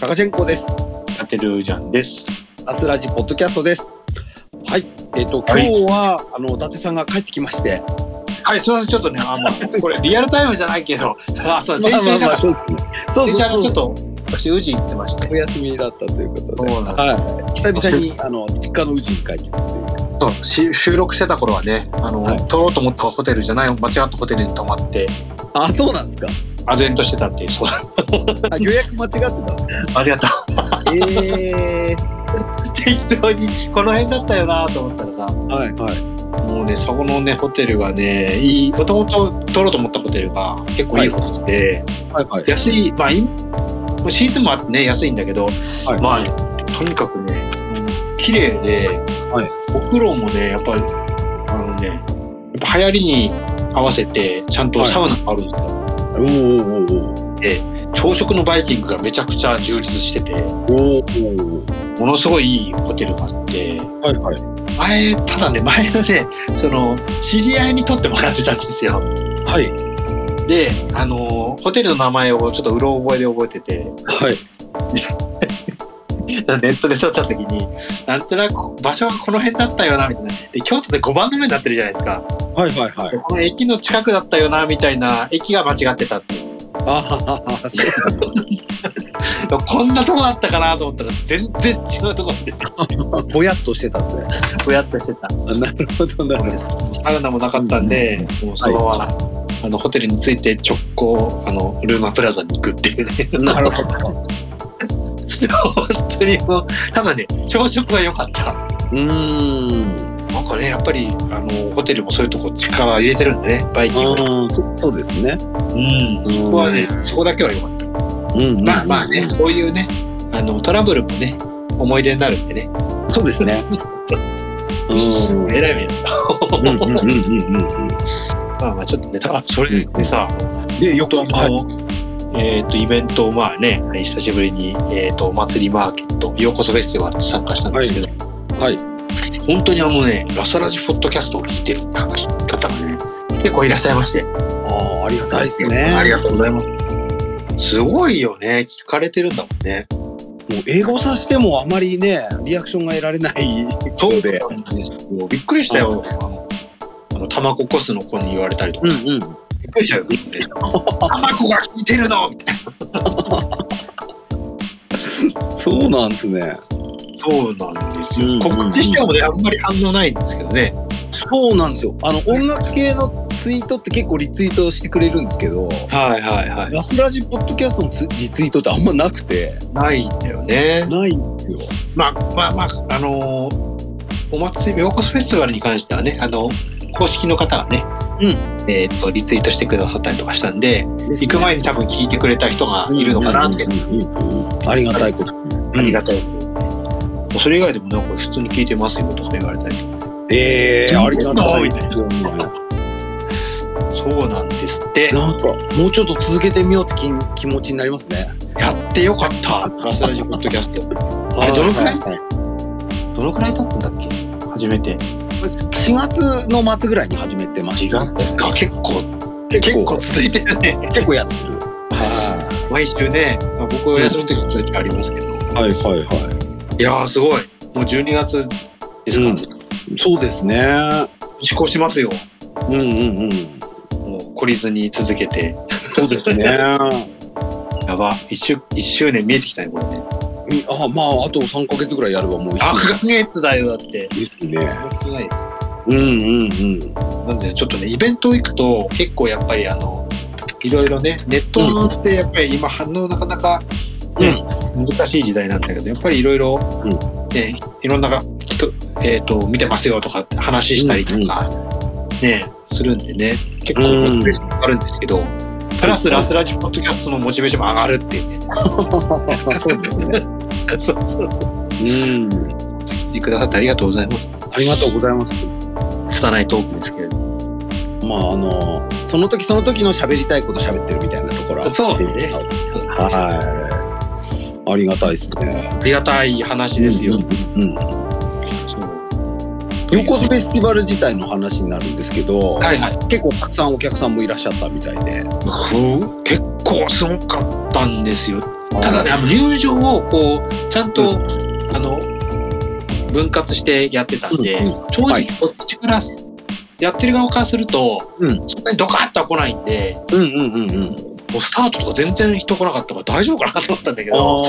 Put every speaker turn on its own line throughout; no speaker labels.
カチェンコです。
やってるじゃんです。
アスラジポッドキャストです。はい。えっ、と、今
はい
日は、あの、伊達さんが帰ってきまして。
はい、すみません、ちょっとね、あま あ、これ、リアルタイムじゃないけど、あ、そう、
ま
先
あ
週
まあ
だか
まあ、
ら、
そうそう
先週あ
そ
の
うそう
ちょっ
そう。
と、私、宇治行ってまして
お。休みだったということで。
そうなんで
はい。久々に、あの、実家のうちに帰ってきたという。
そうし収録してた頃はね、あの、
はい
撮ろうと思ったホテルじゃない、間違ったホテルに泊まって、
あ、そうなんですか。
唖然としてたっていう。そう。
あ予約間違ってたん ですか。
ありがとう。
ええ
適当に、この辺だったよなと思ったらさ、
はいはい。
もうね、そこのね、ホテルがね、いい、もともと撮ろうと思ったホテルが結構いいホテルで、
はいはい。
安い、まあ、いシーズンもあってね、安いんだけど、
はい
まあ、とにかくね、綺麗で、
はい
お風呂もね、やっぱり、あのね、やっぱ流行りに合わせて、ちゃんとサウナがあるんですよ。
おーおー
朝食のバイキングがめちゃくちゃ充実してて、
おーおーおー
ものすごいいいホテルがあって、
はいはい。
前、ただね、前のね、その、知り合いに取ってもらってたんですよ。
はい。
で、あの、ホテルの名前をちょっとうろ覚えで覚えてて、
はい。
ネットで撮った時になんとなく場所はこの辺だったよなみたいなで京都で5番の目になってるじゃないですか、
はいはいはい。
この駅の近くだったよなみたいな駅が間違ってたっていう
あははは。 そうなんだ
こんなとこだったかなと思ったら全然違うとこで
ぼやっとしてたんですね。
ぼやっとしてた
あなるほどなるほど。
サウナもなかったんで、もうそのまま、あのホテルに着いて直行あのルーマプラザに行くっていうね
なるほど。
本当にもうただね朝食は良かった
うーん。
なんかねやっぱりあのホテルもそういうとこ力入れてるんでねバイキングとか
うん、そそうですね。
うんそこはね、そこだけは良かった。
うん、
まあまあね、こういうね、あのトラブルもね、思い出になるんでね。
そうですね。うん、
えらい目だった。
うん、うん、うん、うん、
まあまあちょっとね、あそれでさ、
で、よく、
本当
はい、
にあの、えっ、とイベントをまあね、久しぶりにえっ、とお祭りマーケットようこそフェスティバルに参加したんですけど、
はい、
本当にあのね、ラサラジポッドキャストを聞いてるって話し方がね、結構いらっしゃいまして。
ああ、ありがたいです
あ
ね。
りがとうございます。すごいよね、聞かれてるんだもんね。
もう英語さしても、あまりね、リアクションが得られない
そう
ので。
なんですよ。びっくりしたよ。あのあの、タマココスの子に言われたりとか。びっ
ん、うん、
くりしたよ。タマコが効いてるのみたい
そうなんですね。
な。そうなんです
うん
よ。告知してもね、あんまり反応ないんですけどね。
そうなんですよ。あの、音楽系のツイートって結構リツイートしてくれるんですけど。
はいはいは
ラスラジポッドキャストのツリツイートってあんまなくて。
い。ないんだよね。
ないんですよ。
まあまあまあ、あのーお祭り、ようこそフェスティバルに関してはね、あの、公式の方がね、
うん
えっと、リツイートしてくださったりとかしたんで、行く前に多分聞いてくれた人がいるのかなって
うんうんうんありがたいこと。
ありがたいですね。それ以外でもなんか普通に聞いてますよとか言われたりとか
ええー、ありがたい。
みたいそうなんですって
なんか、もうちょっと続けてみようって気気持ちになりますね。
やってよかったガスラジオポッドキャストあれどのくらい
は
どのくらい経ったんだっけ初めて
?4 月の末ぐらいに始めてました。
か結構結構続いてるね
結構やってる。は
毎週ね、まあ、僕は休みの時もちょいちょいありますけど、
い。はいはいはい
やーすごいもう12月ですから、
うんい。そうですね。
試行しますよ
うんうんうん。
もう懲りずに続けて
そうですね。
やば一周一周年見えてきたねこれね
みあ、まあ、あと3ヶ月ぐらいやればも う一
あ
緒
ヶ月だよだって
ですね。
ない
うんうんうん。
なんでちょっとねイベント行くと結構やっぱりあのいろいろねネットってやっぱり今反応なかなか、ね難しい時代なんだけどやっぱりいろいろ
うん
ねいろんなが人、えー、と見てますよとかって話したりとか、ねするんでね結構モチベーション上がるんですけど、プラスラスラジポッドキャストのモチベーションも上がるっていうね
そうですね。
そうそうそう
うん。
聞いてくださってありがとうございます
ありがとうございます。
拙いトークですけれども
まああのその時その時の喋りたいこと喋ってるみたいなところは
そうね
はい。ありがたいですね。
ありがたい話ですよ、
うんうん。
そう
横須賀フェスティバル自体の話になるんですけど、
はいはい
結構たくさんお客さんもいらっしゃったみたいで。
ふう結構すごかったんですよ。ただね、あの入場をこう、ちゃんと、あの、分割してやってたんで、
うんうん
正
は
直
い
こっちから、やってる側からすると、
うん
そんなにドカッとは来ないんで、
うんうんうんうん。
もうスタートとか全然人来なかったから大丈夫かなと思ったんだけ
あ
ど、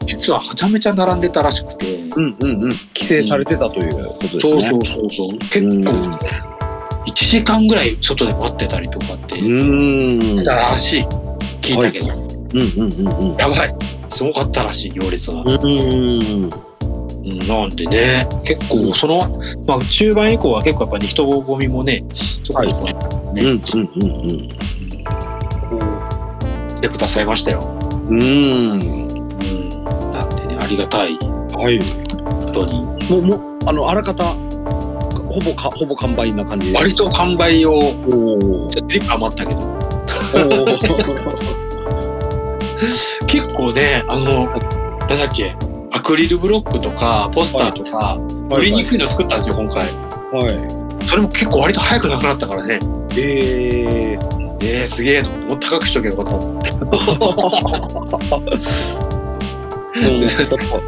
あ。
実ははちゃめちゃ並んでたらしくて、
うんうんうん。規制されてたということですね。
そうそうそうそう、結構、
う
1時間ぐらい外で待ってたりとかって、
ん。うん。
たらしい、聞いたけど、
うんうんうんうん。
やばい、すごかったらしい、行列が。
うん。
うんなんでね、結構その、まあ、中盤以降は結構やっぱり人混みもね、そこ
はい
にこう
うんうん
来てくださいましたよ。
うんうん。うん。
うん、なんでね、ありがたい
はい。
ことに。
もう、もう、あの、あらかた、ほぼか、ほぼ完売な感じで。
割と完売を、
おお。お
スリップ余ったけど、
ー
結構ね、あの、なんだっけ、アクリルブロックとか、ポスターとか、売りにくいの作ったんですよ、今回。
は
それも結構割と早くなくなったからね。
い。ええー。
えー、すげえと思って、もっと高くしとけばよかった。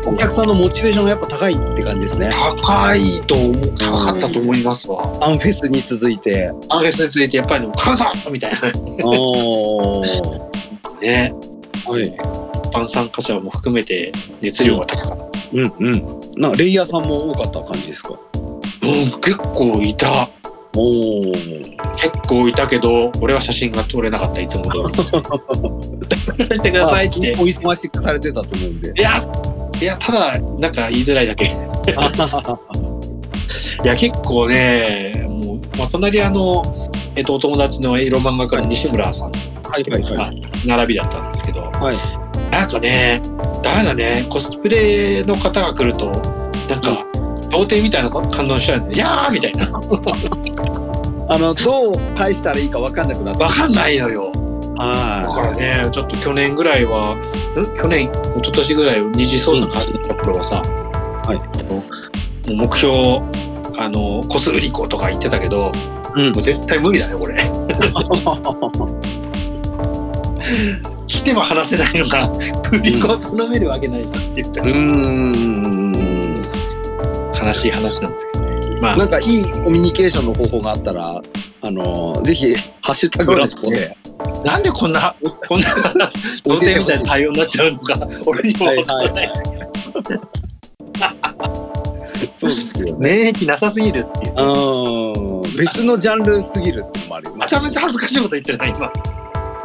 お客さんのモチベーションがやっぱ高いって感じですね。
高いと思う、高かったと思いますわ。
アンフェスに続いて。
アンフェスについて、やっぱりでも、カさんみたいな。
おお。
ね。
はい。
一般参加者も含めて熱量が高かった。
うんうん。なんかレイヤーさんも多かった感じですか。
うん、結構いた。
おお。
結構いたけど、俺は写真が撮れなかった、いつも通り。 それしてくださいって。
お忙しくされてたと思うんで。
いや、いや、ただ、なんか言いづらいだけ。いや、結構ね、もう、まあ、隣あの、えっと、お友達のエロ漫画家の西村さん
はいはいはい。
並びだったんですけど、
はい
なんかね、ダメだね、コスプレの方が来ると、なんか、童貞みたいな感動しちゃうんで、いやーみたいな。
あのどう返したらいいかわかんなくなった。
わかんないのよ。だ
は
からね、ちょっと去年ぐらいは、ん去年、一昨年ぐらい、二次捜査始めた頃はさ、
はい
あのもう目標、あの、こす売り子とか言ってたけど、
うん
もう絶対無理だ ね、これ。来ても話せないのが、売り子を頼めるわけないじゃんって言った
い。
ら、
ん。
悲しい話なんですけどね。まあ、
なんかいいコミュニケーションの方法があったら、あのぜひハッシュタグラスコで。
なんでこんな、こんな、童貞みたいな対応になっちゃうのか、俺にも分からない。
そうですよね。
免疫なさすぎるっていう。
うん。別のジャンルすぎるっていうのもあり
め
ます
ちゃめちゃ恥ずかしいこと言ってるな、今。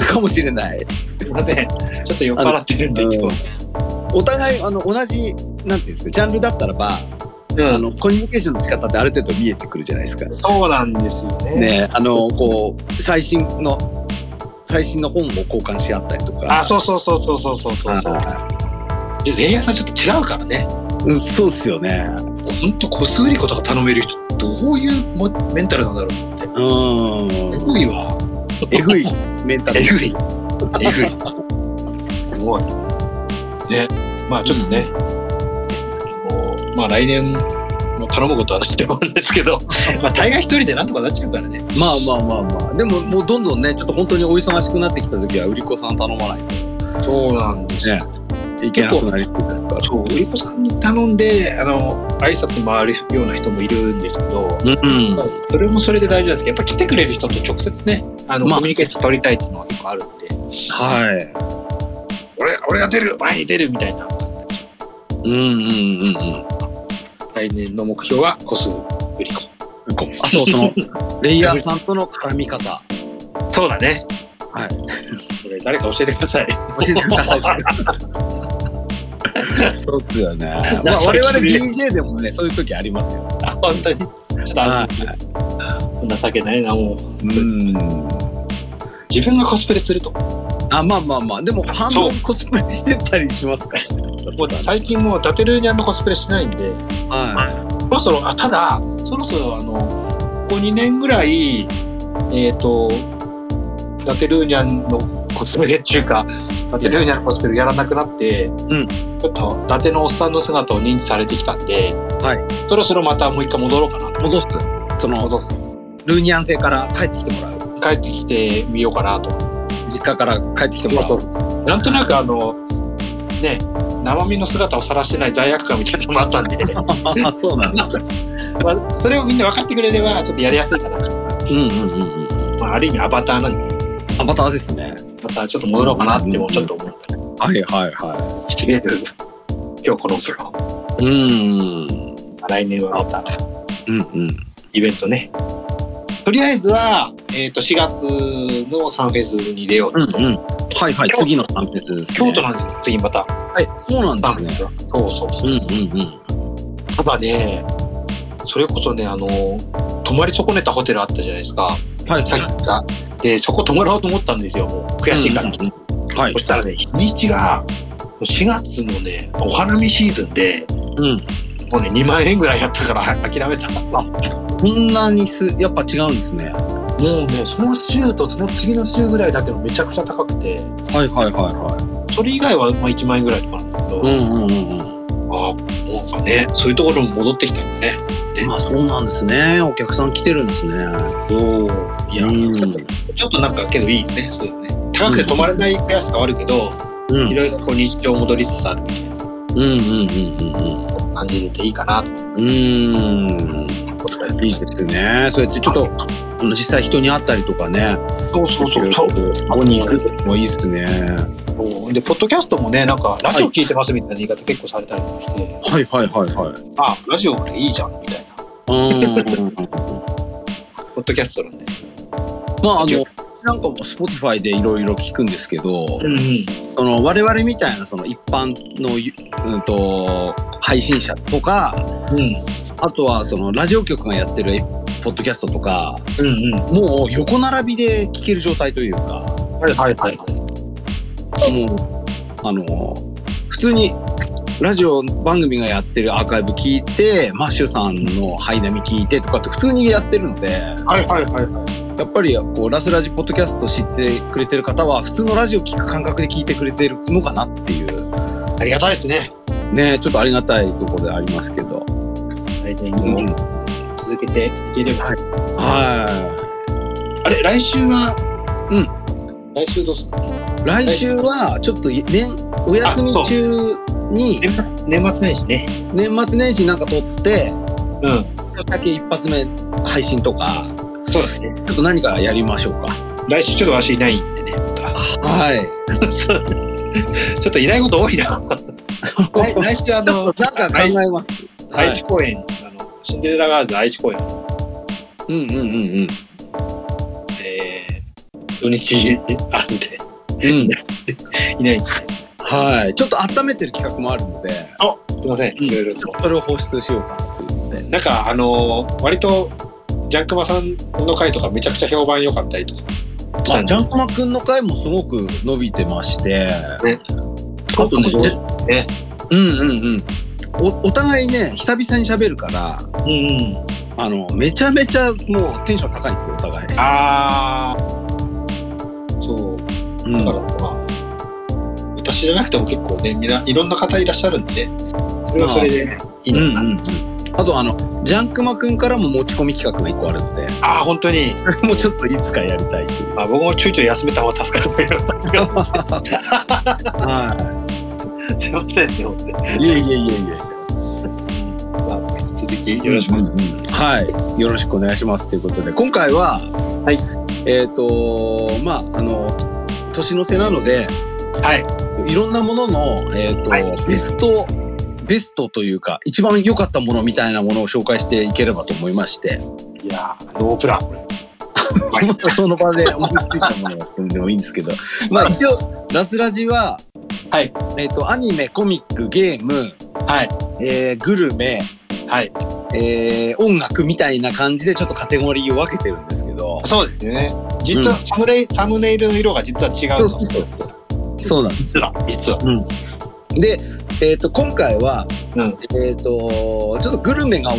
かもしれない。
すいません。ちょっと酔っ払ってるんで、
あ
今
の
日は。
お互いあの同じなんていうんですかジャンルだったらば、あのコミュニケーションの仕方ってある程度見えてくるじゃないですか。
そうなんですよね。
ね、あのこう最新の最新の本を交換し合ったりとか。
あ、そうそうそうそうそうそうそう。
は
でレイヤーさんちょっと違うからね。
いうんそうっすよね。
ほんと、コス売り子とか頼める人、どういうもメンタルなんだろ
う
う。
ー
え
ん。
ぐいわ。
えぐいメンタル。
えぐい。えぐい。すごい。ね。まあ、ちょっとね。もうまあ、来年、も頼むことはないと思うんですけど、 まあ、大概一人でなんとかなっちゃうからね。
まあまあまあまあ。でももうどんどんね、ちょっと本当にお忙しくなってきた時は売り子さん頼まない
そうなんです
よといけなくなりそうですから。
そう、売り子さんに頼んで、あの、挨拶回るような人もいるんですけど、
うん。
それもそれで大事なんですけど、やっぱ来てくれる人と直接ね、あの、
まあ
コミュニケーション取りたいっていうのは結構あるんで、
はい。
俺、俺が出る前に出るみたいな。
うんうんうんうん。
来年の目標は、コス売り子。
あとその、 レイヤーさんとの絡み方。
そうだね。
はい。
これ、誰か教えてください。
教えてください。そうっすよね。まあ、我々 DJ でもね、そういう時ありますよ。
あ 本当に。ちょっと安心する。情けないな、もう。
うん。
自分がコスプレすると。も
あ、まあまあまあ。でも、半
そ
分コスプレしてたりしますから。
う最近もう、ダテルーニャンのコスプレしないんで、
は
そろそろ、あ、ただ、そろそろ、あの、ここ2年ぐらい、えっ、と、ダテルーニャンのコスプレっていうか、ダテルーニャンのコスプレやらなくなって、
ん
ちょっと、伊達のおっさんの姿を認知されてきたんで、
は
そろそろまたもう一回戻ろうかな。
い。戻す。その、
戻す。
ルーニャン星から帰ってきてもらう。
帰ってきてみようかなと。
実家から帰ってきてもらう。
なんとなく、あの、ね、生身の姿を晒してない罪悪感みたいなのもあったん で、
ああ、そうなんだ。
まあ、それをみんな分かってくれれば、ちょっとやりやすいかな。
うんうんうんうん。
まあ、ある意味アバターなんで、
アバターですね。
またちょっと戻ろうかなってもちょっと思ったり
はいはいは
してる、今日この頃。
い。うん。
来年はまた
うんうん。
イベントね。とりあえずは、えっ、と、4月のサンフェスに出よう
うん
と。
うん。はいはい。次の三別です、ね。
京都なんですよ、次また。
はい。そうな
サン
ん
フ
で
ェ
す
ス
ね。
は。そうそうそうう。
んうんうん。
ただね、それこそね、あの、泊まり損ねたホテルあったじゃないですか。
はい。
さっき言った。で、そこ泊まろうと思ったんですよ、もう。悔しいから。
はい
そ。したらね、日にちが、4月のね、お花見シーズンで、
うん。
もうね、2万円ぐらいやったから諦めた。
こんなにす、やっぱ違うんですね。は
もうね、その週とその次の週ぐらいだけどめちゃくちゃ高く
い
て、
はいはいは
それ以外はまあ1万円ぐらいとかなんだけど、
い。うんうんうんうん。
ああ、なんかね、そういうところも戻ってきたんだね。
まあそうなんですね。お客さん来てるんですね。
おお。いや、
うん
ちょっと、ちょっとなんかけどいいね、そういうのね。高くて止まれない悔しさはあるけど、
うん
いろいろこう日常戻りつつあるみたい
うんうんうんうん
な感じでいいかなと
うん。うー
思っ
ん。いいですね。そうやってちょっと、あの実際人に会ったりとかね。
そうそうそう
い
そ
ろ
う
いろここに行くのもいいですね。は
そうで、ポッドキャストもね、なんか、ラジオ聞いてますみたいな言い方結構されたりとかして、
いはいはいはい。
あ、ラジオこれいいじゃん、みたいな。
うん。
ポッドキャストなんで。
まああの、なんかも Spotify でいろいろ聞くんですけど、
うん、
その我々みたいなその一般の、うん、と配信者とか、
う
あとはそのラジオ局がやってるポッドキャストとか、
ん、うん、うん。
もう横並びで聞ける状態というか、
はいはいはいはい。
もう、あの、普通にラジオ番組がやってるアーカイブ聞いて、マッシュさんのハイナミ聞いてとかって普通にやってるので、や
はいはいはいはい。
っぱりこう、ラスラジポッドキャスト知ってくれてる方は、普通のラジオ聞く感覚で聞いてくれてるのかなっていう、
ありがたいですね。
ね、ちょっとありがたいところでありますけど。
来年
うん
も続けていければ。
は
あれ、来週は
う
来週どうする
い。来週は、ちょっと年、お休み中に、
年末年末年始ね。
年末年始なんか撮って、
う
ち
ん。
ょっとだけ一発目配信とか、
そうですね。
ちょっと何かやりましょうか。
来週ちょっとわしいないんでね。
はい。
そうちょっといないこと多いな。来来週あの、
なんか考
愛
えます。
愛知公演、あの、シンデレラガールズ愛知公演、
うんうんうんうん。
えー、土日あるんで、
うん、
いないんで。
はい。ちょっと温めてる企画もあるので、
あ、すいません。いろいろと。
それを放出しようかなと思って。
なんかあのー割とジャンクマさんの回とかめちゃくちゃ評判良かったりとかした
あ
ん
ジ
で
ャンクマくんの回もすごく伸びてまして、
トークも上
じ
手
ゃ
ね
うんうんうん。おお互いね、久々に喋るから、
うんうん
あの、めちゃめちゃもうテンション高いんですよ、お互い。
ああそ
う
う
ん
だからまあ、私じゃなくても結構ねみんないろんな方いらっしゃるんでねそれはそれでねいい
うんう
のか
ん
な
うん。あとあの、ジャンクマくんからも持ち込み企画が一個あるので、
ああ本当に、
もうちょっといつかやりたいという。
まあ、僕もちょいちょい休めた方が助かるんだけ
は
どすい ませんね本当に
い。いえいえいえいえ。
まあ引き続きよろしくお願いし
はい、よろしくお願いしますということで、今回は、
はい、
えっ、と、まあ、あの、年の瀬なので、
ますはい
いろんなものの、えっ、と、
はい
ベスト。ベストというか、一番良かったものみたいなものを紹介していければと思いまして、
いやーノープランこ れはい
その場で思いついたものを組んでもいいんですけど、まあ一応、ラスラジは、
はい、
えっ、と、アニメ、コミック、ゲーム、
はい
えーグルメ、
はい
えー音楽みたいな感じでちょっとカテゴリーを分けてるんですけど、
そうですね。実はサムレイ、サムネイルの色が実は違
そ
うの。
うそうそうそう。そうなんです。
実は。実は。
で、えっ、と、今回は、
うん
えっ、と、ちょっとグルメが、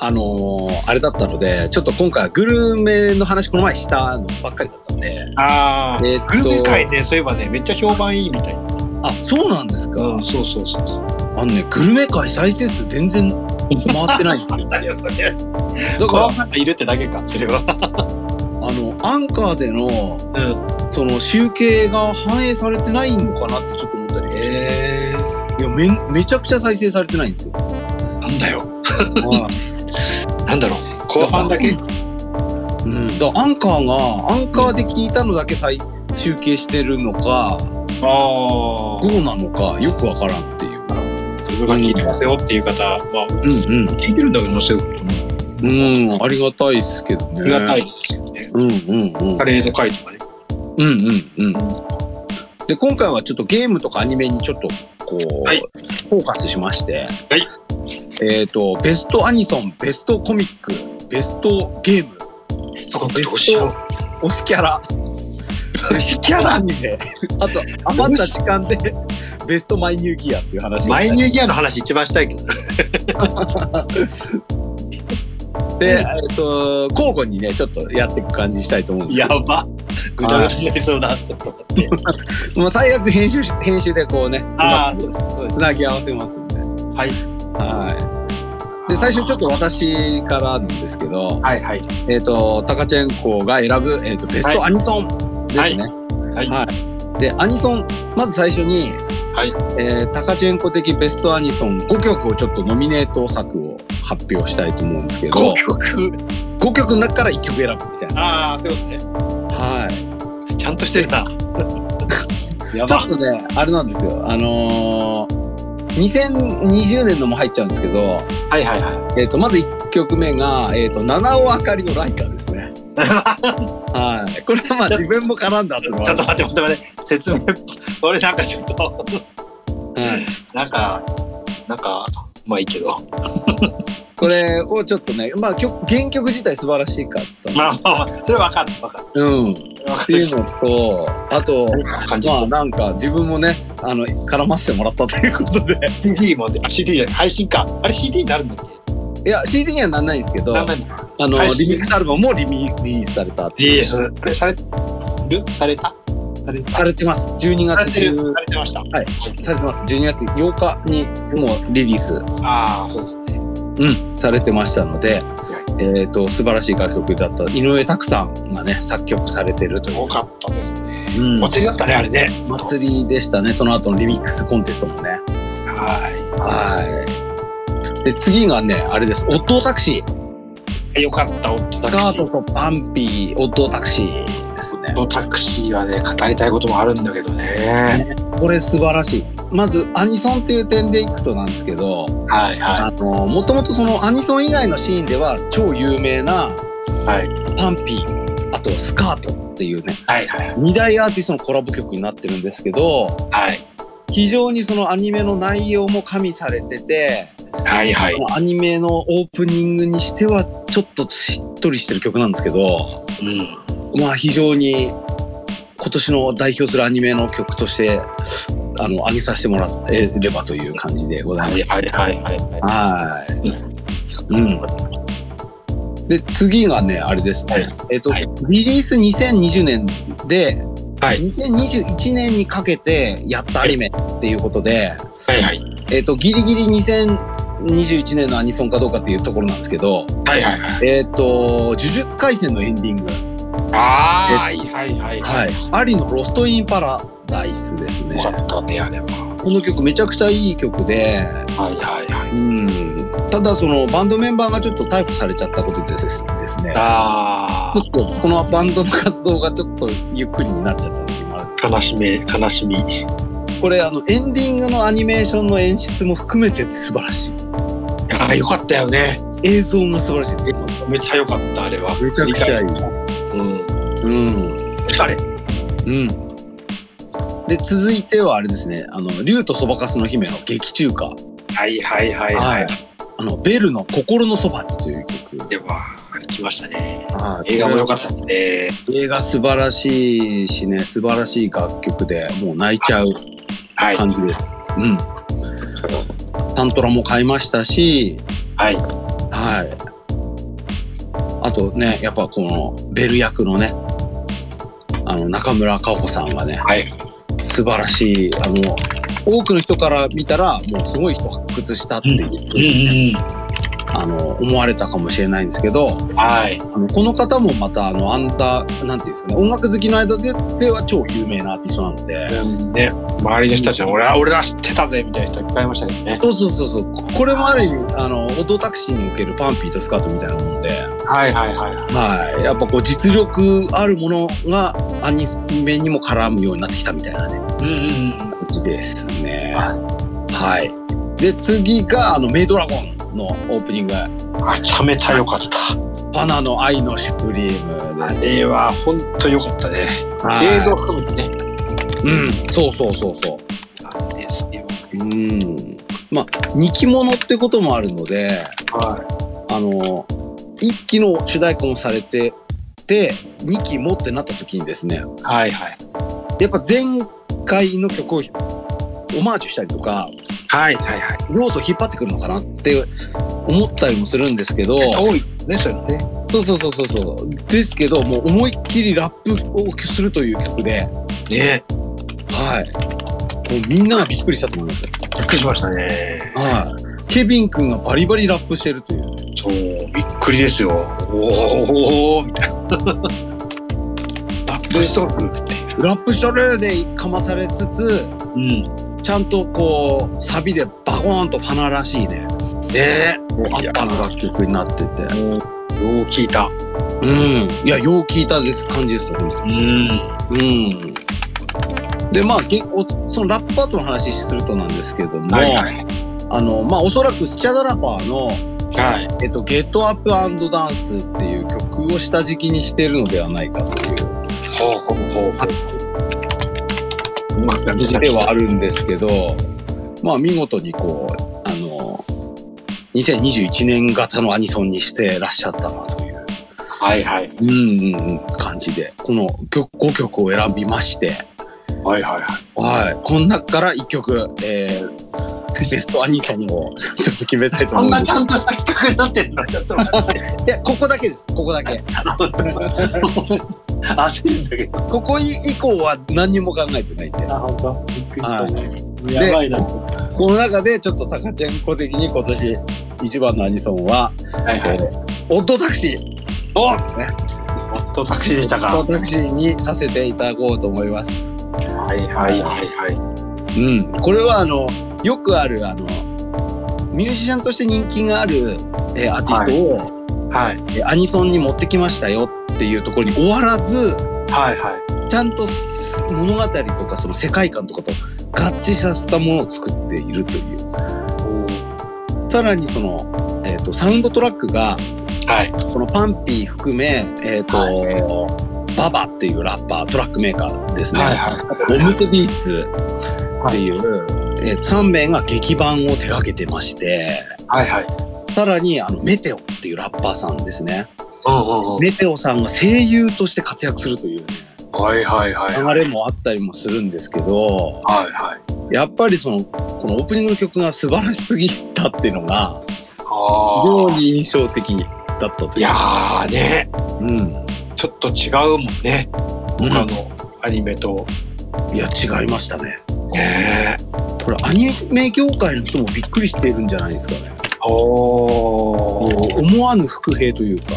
あのーあれだったので、ちょっと今回はグルメの話この前したのばっかりだったんで、
ああ。
えーと
グルメ界ね、そういえばね、めっちゃ評判いいみたいな。
あ、そうなんですか。
ん、そうそうそうそう。
あのね、グルメ界再生数全然回ってないんですよ。
何をそれ。
だ
コア
か
ファンがいるってだけか、それは。
ら、あの、アンカーでの、
うん。
その集計が反映されてないのかなってちょっと思ったり、
えー。
めめちゃくちゃ再生されてないんですよ。
なんだよ。なんだろう。後半だけ。
うん、だからアンカーがアンカーで聞いたのだけ再集計してるのか
あ
どうなのかよくわからんっていう。
あ。自分が聞いてますよっていう方、まあ、
うん
聞いてるんだけど、そういうことね
うん、うん、ありがたいですけどね。
ありがたい。ですよね。
うんうんうん。
カレーの会とかね。
うんうんうん。で今回はちょっとゲームとかアニメにちょっとこう、
はい
フォーカスしまして、
はい
えっ、とベストアニソン、ベストコミック、ベストゲーム、
そこ
ベス ト推しキャラ、推しキャラアニメ、あと余った時間でベストマイニューギアっていう話
マイ
ュ
ニューギアの話一番したいけど。
ーで、えー、と交互にねちょっとやっていく感じしたいと思うんですけど。
ば。ぐだぐだになりそうだ。ちょっと待って。
もう最悪編集し編集でこうね、うま
ああ、
く
そうそうです
つ。なぎ合わせますんで。
はい。
はい。で、最初ちょっと私からなんですけど、
はいはい。
えっ、と、タカチェンコが選ぶ、えー、とベストアニソンですね。
はい
はいで、アニソン、まず最初に、
はい
えータカチェンコ的ベストアニソン5曲をちょっとノミネート作を発表したいと思うんですけど、
5曲。
5曲の中から1曲選ぶみたいな。
ああ、そういうことね。
はい。
ちゃんとしてるな。や
ちょっ。とね、あれなんですよ。あのー2020年のも入っちゃうんですけど、
はいはいはい。
えー、とまず1曲目が、えー、と七尾あかりの「ライカ」です ね。はい、これはまあ自分も絡んだっていうの
ちょっと
は、
待って待って待って。説明。俺なんかちょっと、
はい、
なんか、なんか、まあいいけど。
これをちょっとね、まあ、曲原曲自体素晴らしかった、
まあまあまあ、それはわかるわかる。
うん、っ
わか
ていう。
る
のとあと
感じ
ま。あなんか自分もねあの絡ませてもらったということで
CD も、あ、CD じゃない、配信か。あれ CD になるんだっけ
いや CD にはなんないんですけど
なん
あ
だっけ
の
配信
リミックスアルバムもリミリリースされた
リリース。あれされるされたされた
されてます12
され
月
てる
10
されてました。
はい。されてます12月8日にもうリリース
ああ、そうですね。
うん、されてましたので、えー、と素晴らしい楽曲だった井上拓さんがね作曲されてるという
多、かったですね。
うん
お祭りだったね、あれね。
祭りでしたねその後のリミックスコンテストもね
は
はいで次がねあれです「オットータクシー」
い。よかった、オット
ス
タ
カ
クシ
ート
ー。
とパンピーオットータクシーですね
のタクシーはね、語りたいこともあるんだけどね。
これ素晴らしいまずアニソンっていう点でいくとなんですけど
はいは。
あのもともとそのアニソン以外のシーンでは超有名ない
はい
パンピーあとスカートっていうね
はいはい。
2大アーティストのコラボ曲になってるんですけど
はい
非常にそのアニメの内容も加味されてて、
はいはい。
アニメのオープニングにしてはちょっとしっとりしてる曲なんですけど
うん。
まあ非常に今年の代表するアニメの曲としてあの上げさせてもらえればという感じでございま
は
す。
いはいはいはい。
はい、うんで次がねあれですね、
はい
えっと
はい
リリース2020年で、
はい
2021年にかけてやったアニメっていうことで、
はいはい。
えっとギリギリ2021年のアニソンかどうかっていうところなんですけど、
はいはいはい。
えっと呪術廻戦のエンディング、
ああ、はいはいはい。
はい、アリの「ロスト・イン・パラダイス」です
よか
ね
ったね、あれは。
この曲めちゃくちゃいい曲で、
はいはいはい。
うん、ただそのバンドメンバーがちょっと逮捕されちゃったことでですですね
あ
ちょっとこのバンドの活動がちょっとゆっくりになっちゃった時もある
あ、悲しみ、悲しみ。
これあのエンディングのアニメーションの演出も含めて素晴らしい
ああ、よかったよね。
映像が素晴らしいです
めっちゃよかった、あれは。
めちゃくちゃいい
う
う
ん。
ん
疲れ。
うんで続いてはあれですね「あの竜とそばかすの姫」の劇中歌
はいはいはいはい。
あのベルの心のそばにという曲
では、来ましたね。
はい
映画も良かったですね。
映画素晴らしいしね素晴らしい楽曲でもう泣いちゃう
はい。
感じです。うん。サントラも買いましたし、
はい。
はい。あとね、やっぱこのベル役のね、あの中村佳穂さんがね、
はい
素晴らしい、あの、多くの人から見たら、もうすごい人発掘したっていう、
うんうんうん。
あの、思われたかもしれないんですけど、
はい。
あのこの方もまた、あの、アンダー、なんていうんですかね、音楽好きの間ででは超有名なアーティストなので、
ね、周りの人たちは、俺は、俺ら知ってたぜ、みたいな人いっぱいいましたけどね。
そうそうそうそう、これもある意味、あの、オートタクシーにおけるパンピーとスカートみたいなもんで、
はいはいはいはい。
はい、やっぱこう実力あるものがアニメにも絡むようになってきたみたいなね
うんうんうん。
感じですね。はい、で次があの「メイドラゴン」のオープニング「
あめちゃめちゃ良かった。
パナの愛のシュプリーム」
あ
です。
れは本当良かったね。
はい
映像含めてね。
うんそうそうそうそ
ですよ。
う。うんまあ二期ものってこともあるので
は
あの一期の主題歌もされてて二期もってなった時にですね
い。はいはい。
やっぱ前回の曲をオマージュしたりとか
はいはいはい。
要素を引っ張ってくるのかなって思ったりもするんですけど、
多いね、それね。
そうそうそうそうそう。ですけど、もう思いっきりラップをするという曲で、
ね
はい。もうみんながびっくりしたと思いますよ。
びっくりしましたね。
はい。ケビン君がバリバリラップしてるという。
そう、びっくりですよ。おおみたいな。ラップしとるって。
ラップしとるでかまされつつ、
うん。
ちゃんとこう、サビでバコーンとファナらしいね、
ね
あっ
いや
たの楽曲になってて。
よう聞いた。
うん。いや、よう聞いたです感じですよ、本当にう
うん。
ん。で、まあ、げおそのラップパートの話するとなんですけども、
はいはい。
あの、まあ、おそらくスチャダラパーの、
はい。
えっと、ゲットアップダンスっていう曲を下敷きにしてるのではないかという
ほうほうほう。うまくや
感じではあるんですけど、まあ、見事にこう、あの、2021年型のアニソンにしてらっしゃったなという、
はいはい。
うんうんうん、感じで、この曲5曲を選びまして、
はいはいは
はい、この中から1曲、えー、ベストアニソンをちょっと決めたいと思
こん
うん
な
で
ち
す
ゃんとした企画になってんのちょっと待って。
いや、ここだけです、ここだけ。
焦るんだけど。
ここ以降は何も考えてないんで。
あ、本当。びっくり
は
した。やばいな。
この中でちょっとタカチェンコ的に今年一番のアニソンは、
はい
え。ーオッドタクシー、
おおっと、タクシーでしたか。
オッ
は
ドタクシーにさせていただこうと思います。
いはいはいは
うん。これはあの、よくある、あの、ミュージシャンとして人気がある、えーアーティストを、
い。はい
えーアニソンに持ってきましたよっていうところに終わらず、
はいはい。
ちゃんと物語とかその世界観とかと合致させたものを作っているという。さらにその、えっ、と、サウンドトラックが、
はい。
このパンピー含め、えっ、と、ババっていうラッパー、トラックメーカーですね。
はいはい。
オムスビーツっていう、えー、3名が劇版を手掛けてまして、
はいはい。
さらにあのメテオっていうラッパーさんですね。
うんうんうん。
メテオさんが声優として活躍するというね
はいはいはい。はい
流れもあったりもするんですけど、
はい。
やっぱりその、このオープニングの曲が素晴らしすぎたっていうのが、非
あ
常
あ。
に印象的だったという。
いやーね。
うん。
ちょっと違うもんね。他のアニメと。
いや、違いましたね。
ねえ。
これアニメ業界の人もびっくりしているんじゃないですかね。
おー
思わぬ伏兵というか。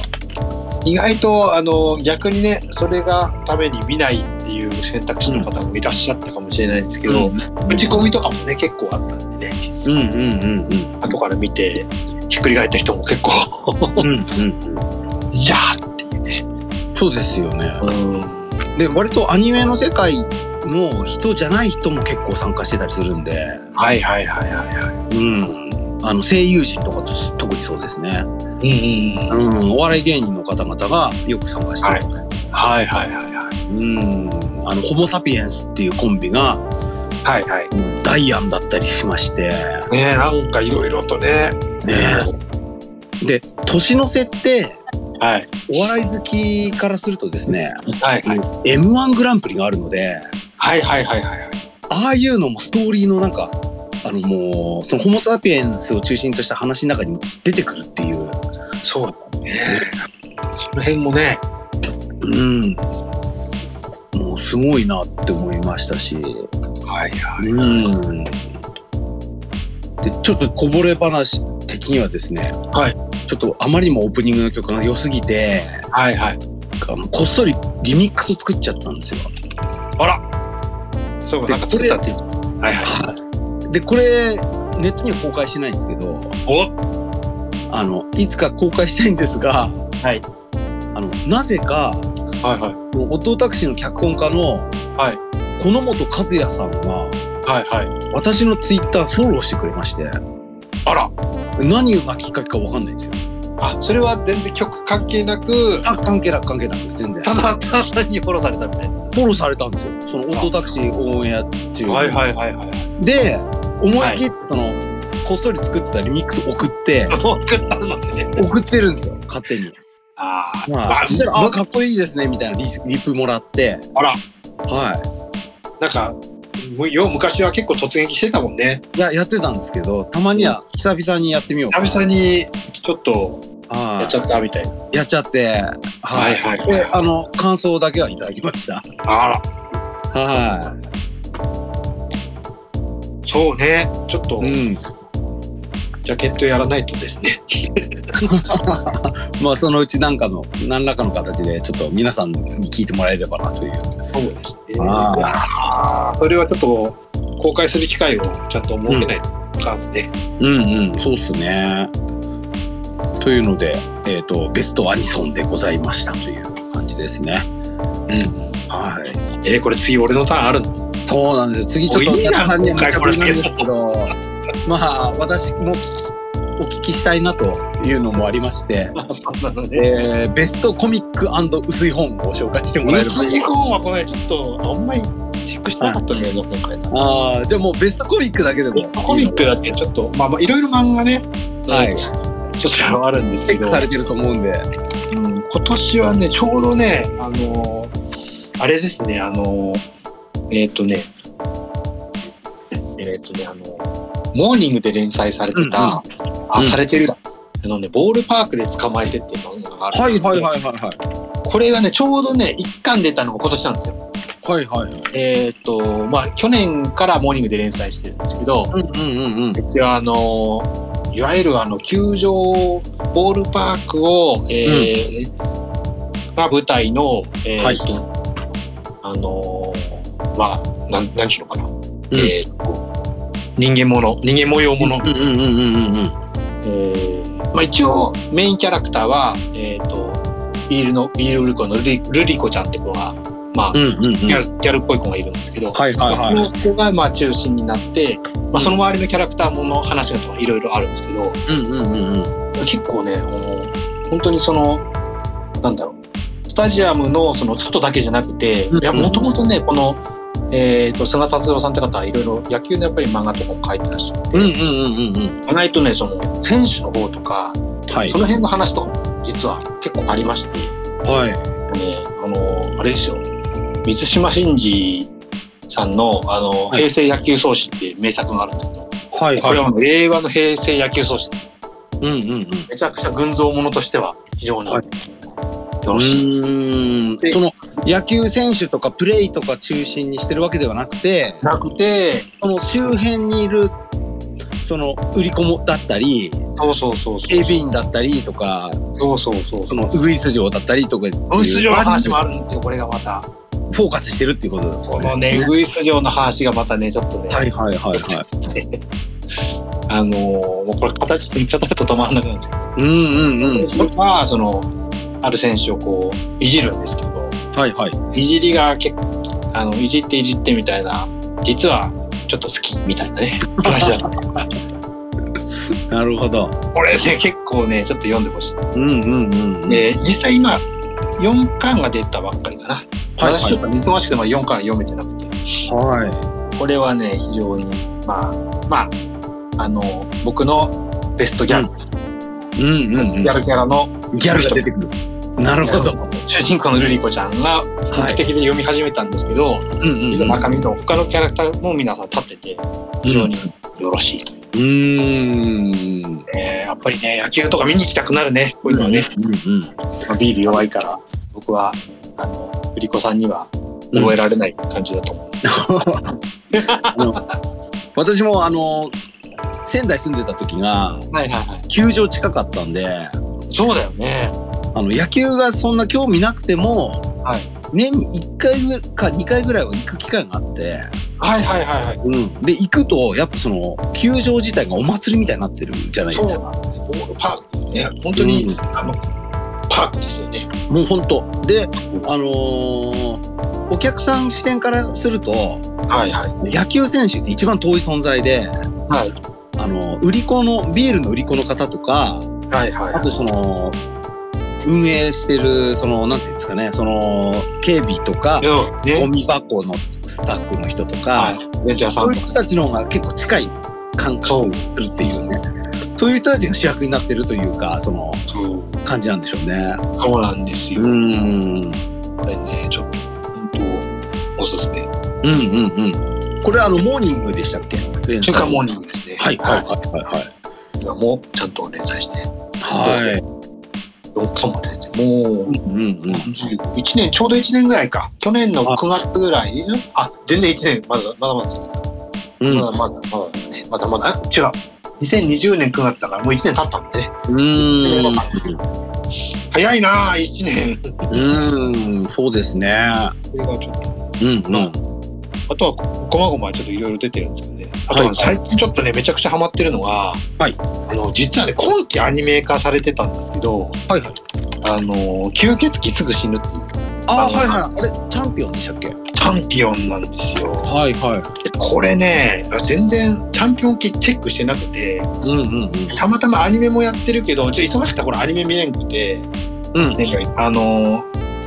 意外とあの逆にねそれがために見ないっていう選択肢の方もいらっしゃったかもしれないんですけど、打ち込みとかもね結構あったんでね
うんうんうん
後から見てひっくり返った人も結構
うん。うんうん。
いや
そうですよね。
うん
で、割とアニメの世界の人じゃない人も結構参加してたりするんで、
はいはいはいはいは
うん。あの、声優陣とかと特にそうですね。
いうんうんうん
うん。お笑い芸人の方々がよく参加してる。
はいはいはいはい
うん。あの、ホモ・サピエンスっていうコンビが、
はいはい
ダイアンだったりしまして、
ねえなんかいろいろとね
ねえで、年の瀬って、
はい
お笑い好きからするとですね、
はいはい
M1 グランプリがあるので、
はいはいはいはい
ああいうのもストーリーのなんか、あのもう、そのホモ・サピエンスを中心とした話の中にも出てくるっていう、
そうだね。その辺もね、
うん、もうすごいなって思いましたし、
はいは
うん。で、ちょっとこぼれ話的にはですね、
はい
ちょっとあまりにもオープニングの曲が良すぎて、
はいはい。
なんかもうこっそりリミックス作っちゃったんですよ。
そうか、
で
なんか作ったっていう。はいはい。
はい。で、これ、ネットには公開してないんですけど、
お
あの、いつか公開したいんですが、
はい。
あの、なぜか、
はいは
オトタクシーの脚本家の、。
はい
この本和也さんが、
い。はいはい。
私のツイッターフォローしてくれまして、
あら。
何がきっかけかわかんないんですよ。
あ、それは全然曲関係なく、
あ、関係なく関係なく、全然。
ただただにフォローされたみたいな。
フォローされたんですよ。その、オトタクシーオンエア中に。
はいはいはい はい。
で、思い切ってその、こっそり作ってたリミックス送って、
送ったのね。
送ってるんですよ、勝手に。
あー
まあ、
あ
そしたら、
も
あ、かっこいいですね、みたいなリリプもらって、
あら、
は
なんか、むよう昔は結構突撃してたもんね。
い。いや、やってたんですけど、たまには久々にやってみようかな。
久々にちょっと
は
やっちゃったみたいな。
い。やっちゃって、はい。
はいはい
で、あの、感想だけはいただきました。
あら、
は
そうね。ちょっと
い。うん。
ジャケットやらないとですね。
まあ、そのうちなんかの、何らかの形で、ちょっと皆さんに聞いてもらえればなという。
そうですね
あー
あー、それはちょっと公開する機会をちゃんと設けないといかんですね。
うんうん、そうっすね。というので、えっ、と、ベストアニソンでございましたという感じですね。うん。はい。
えー、これ次俺のターンあるの
そうなんですよ。次ちょっと
もういいじゃん
皆さんには
もう一
無茶
回
ぶりなんですけど、まあ私も聞きお聞きしたいなというのもありまして、
そうなのね。
えーベストコミック薄い本を紹介してもらえる
薄い本はこの間ちょっとあんまりチェックしてなかったんだよね、今回の。
ああ、じゃあもうベストコミックだけでも。
コミックだってちょっと、まあまあいろいろ漫画ね、
はい
ちょっとあるんです
チェ
け
ッ
ど
ク、されてると思うんで。
うん今年はね、ちょうどね、あのーあれですね、あのーえっ、とね、えっ、とね、あのーモーニングで連載されてた、
うん
あ、されてるだ、あのね、ボールパークで捕まえてっていう漫画があるん
は
で
い
すけど
はいはいはいはい。
これがね、ちょうどね、一巻出たのが今年なんですよ。
はいはいはい。
えっ、と、まあ、去年からモーニングで連載してるんですけど、
うんうんうんうん。
一応あのいわゆるあの球場ボールパークを、えーが舞台の、えー
はい
とあのーまあなんなんちゅうのかな、
うん
えーと人間もの人間模様もの、
うんうんうんうんうん。
えーまあ、一応メインキャラクターは、えー、とビールのビールウルコのルリルリコちゃんって子が、まあ
うんうんうん。
ギャルギャルっぽい子がいるんですけど、
はいはいはい
まあこの子がまあ中心になって、まあ、その周りのキャラクターもの話がとかいろいろあるんですけど、
うんうんうんうん。
結構ねあの本当にそのなんだろうスタジアムのその外だけじゃなくて
うん
いやもともとねこの、えー、と砂達郎さんって方はいろいろ野球のやっぱり漫画とかも書いてらっしゃって、
うんうんうんうんうん。
意外とねその選手の方とか
はい
そ。の辺の話とかも実は結構ありまして、ね、
はい。
あのあれですよ満島真司さんのあの、
はい
平成野球創始」っていう名作があるんですけど
はい
これ
はい。
はもう令和の平成野球創始です
うんうんうん。
めちゃくちゃ群像ものとしては非常に
は
よ
い
ろしい。
うーん
で
その野球選手とかプレイとか中心にしてるわけではなくて
なくて、
その周辺にいるその売り子もだったり
そうそうそうそう。
警備員だったりとか
そうそうそう。
そのウグイス嬢だったりとかっていう
ウグイス嬢の話もあるんですよ、これがまた。
フォーカスしてるっていうこと
こ
です
のね、ウグイス嬢の話がまたね、ちょっとね、
はいはいはいは
あのーもうこれ形って言っちゃったら止まらなくなっちゃ
いうんうん
う。
うん
それは、その、ある選手をこう、いじるんですけど、
はいはい
いじりが結構、あの、いじっていじってみたいな、実はちょっと好きみたいな ね、話だった。
なるほど
これね、結構ね、ちょっと読んでほしい。
うんうんうんうん
で実際今4巻が出たばっかりかな、
はい
私ちょっと忙しくてまだ4巻読めてなくて
はい
これはね非常にまあまああの僕のベストギャル、
うんうんうん
ギャルキャラの
ギャルが出てくるなるほど
主人公のルリコちゃんが
は
目
い
的で読み始めたんですけど、
うんうん
実は中身の他のキャラクターも皆さん立ってて非常によろしいという、
うーん
えーやっぱりね野球とか見に行きたくなるねこういうのはね、
うんうん
まあビール弱いから僕はあのルリコさんには覚えられない感じだと思う、
私もあの仙台住んでた時が、
はいはいはい。
球場近かったんで、
そうだよね。
あの野球がそんな興味なくても、
はい
年に1回ぐらいか2回ぐらいは行く機会があって、
はいはいはいはい。
うん、で行くとやっぱその球場自体がお祭りみたいになってるじゃない
そう
ですか。
なんだボールパークね。本当に、
うん
あの、パークですよね。
もう本当であのーお客さん視点からすると
はいはい。
野球選手って一番遠い存在で、
はい
あの売り子のビールの売り子の方とか
はいはい
あ。とその運営してるそのなんていうんですかねその警備とか
けど
ゴ
ね、
ミ箱のスタッフの人とか。
はい。レンジャーさ
そ
ん
う
と
いう人たちの方が結構近い感覚にするっていうね。そういう人たちが主役になってるというか、その
そう
感じなんでしょうね。
そうなんですよ。
ん。うん
これね、ちょっと、本当おすすめ。
うんうん。これあの、モーニングでしたっけ連
中華モー
ニ
ニングですね。
はいはいは
今もちゃんと連載して、
いはい。はい。
4巻も出て、もう、
うんうん。
1年、ちょうど1年ぐらいか。去年の9月ぐらい、あ、全然1年、まだまだまだですよ
うん
まだまだまだだね。まだまだ、あ違う。2020年9月だからもう1年経ったんでね。
うん。
早いなあ1年。こ
うん。そうですね。
れがちょっと。
うんうん。
まああとは、こまごまちょっといろいろ出てるんですけどね。あと
はい
は最近ちょっとね、めちゃくちゃハマってるのは、
はい
あの、実はね、今期アニメ化されてたんですけど、
はいはい。
あの、吸血鬼すぐ死ぬっていう
あ、はいはい。あれ、チャンピオンでしたっけ
チャンピオンなんですよ。
はいは
これね、全然チャンピオン系チェックしてなくて、
い。うんうん
たまたまアニメもやってるけど、ちょっと忙しくてこれアニメ見れんくて、
うん。うん。
なんかあのー、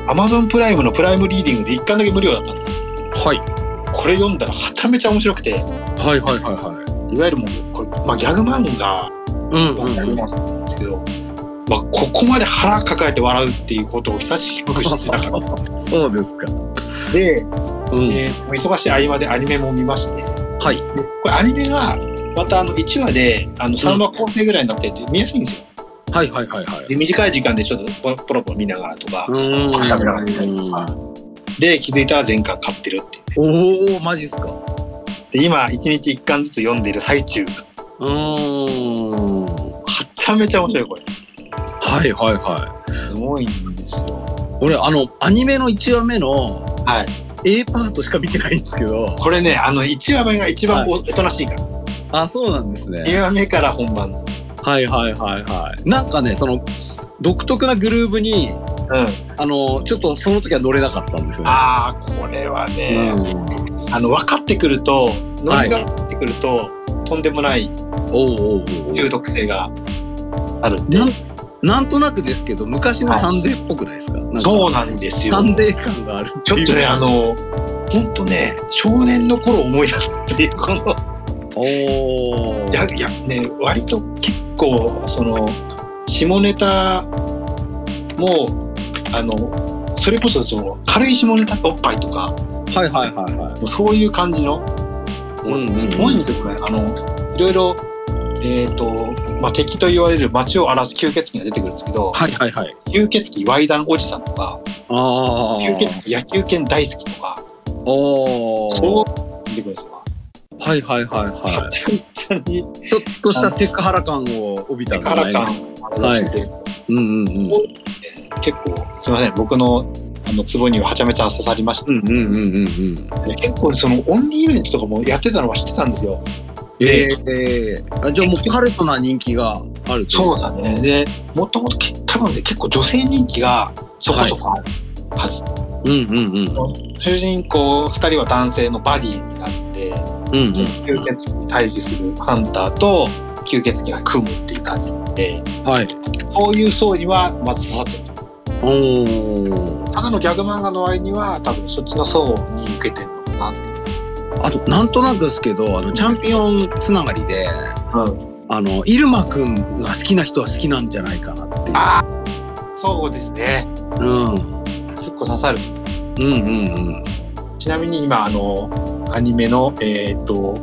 アマゾンプライムのプライムリーディングで一巻だけ無料だったんですよ。
はい。
これ読んだらはちゃめちゃ面白くて、
はいはいはいはい。
いわゆるもう、これ、まあギャグ漫画、
うん
まあギャ
う
グ
ん。
漫画なんですけど、まあここまで腹抱えて笑うっていうことを久しくしてなかっ
そうですか。
た んで、
うん。
えー忙しい合間でアニメも見まして、
はい。
これアニメがまたあの1話であの3話構成ぐらいになってて見やすいんですよ。
はいはいはいはい。
で短い時間でちょっとポロポロポロ見ながらとか、
うん
パカパカ見たりとかで気づいたら全巻買ってるっていうね
おお、マジっすか。
で今1日1巻ずつ読んでる最中は
うーん。は
ちゃめちゃ面白いこれ
いはいはい。
すごいんですよ
俺、あの、アニメの1話目の
はい
A パートしか見てないんですけど。
これねあの1話目が一番
は
おとなしいから、
あ、そうなんです
二
ね。
2話目から本番うん
はいはいはいはい。なんかね、その、独特なグルーブに、あの、ちょっとその時は乗れなかったんですよね。
ああこれはね、
うん
あの分かってくるとノリが分かってくると、とんでもない
おうおうおう
中毒性があるんで
なんなんとなくですけど昔のサンデーっぽくないですか,、なんか
そうなんですよ
サンデー感がある
ちょっとねあ
の
の本当ね少年の頃を思い出すっていうこの
おー
いやいやね割と結構その下ネタもあのそれこそその軽い下ネタおっぱいとか
はいはいはいはい
もうそういう感じの、
うんうんうん
すごいんですよこれあのいろいろ、えーとまあ、敵と言われる町を荒らす吸血鬼が出てくるんですけど
はいはいはい。
吸血鬼ワイダンおじさんとか
ああ。
吸血鬼野球犬大好きとか
お
そ
お。
う出てくるんですよ。
はいはいはい は
めちゃめちゃに
い。ちょっとしたセクハラ感を帯びた
カラカン
ン。
を出してて、
うんうんうん。
結構すいません僕のあのツボにははちゃめちゃ刺さりました、
うんうんうんうんうん。
結構そのオンリーイベントとかもやってたのは知ってたんですよ
えー、えーあじゃあもうカルトな人気があるとい
そうだねでもともとけ多分ね結構女性人気がそこそこあるはず、
うんうんうん。
主人公2人は男性のバディになって
うんうん。
吸血鬼に対峙するハンターと吸血鬼が組むっていう感じで
はい。
そういう層にはまず刺さってる
おお。
ただのギャグ漫画の割には多分そっちの層に受けてるのかなっていう、
あとなんとなくですけど、あのチャンピオンつながりで、あのイルマくんが好きな人は好きなんじゃないかなっていう。
ああそうですね
うん。
結構刺さる
うんうんうん。
ちなみに今あのアニメのえーっと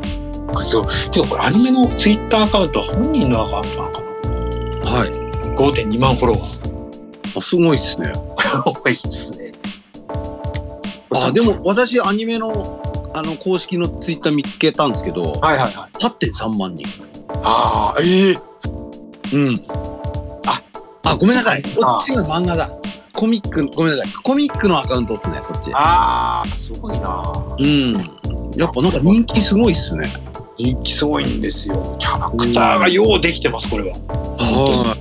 あけどけどこれアニメのツイッターアカウントは本人のアカウントなのか
はい。
な5.2万フォロワー
あすごいですね。
多いですね
あでも私アニメのあの公式のツイッター見つけたんですけど
はいはいは
8.3万人
いああ、ええ
うん。あ、あ、ごめんなさい。こ
あ
っちが漫画だ。コミック、ごめんなさい。コミックのアカウントっすね、こっち。
ああ、すごいな。
うん。やっぱなんか人気すごいっすね。
人気すごいんですよ。キャラクターがようできてます、これは。
は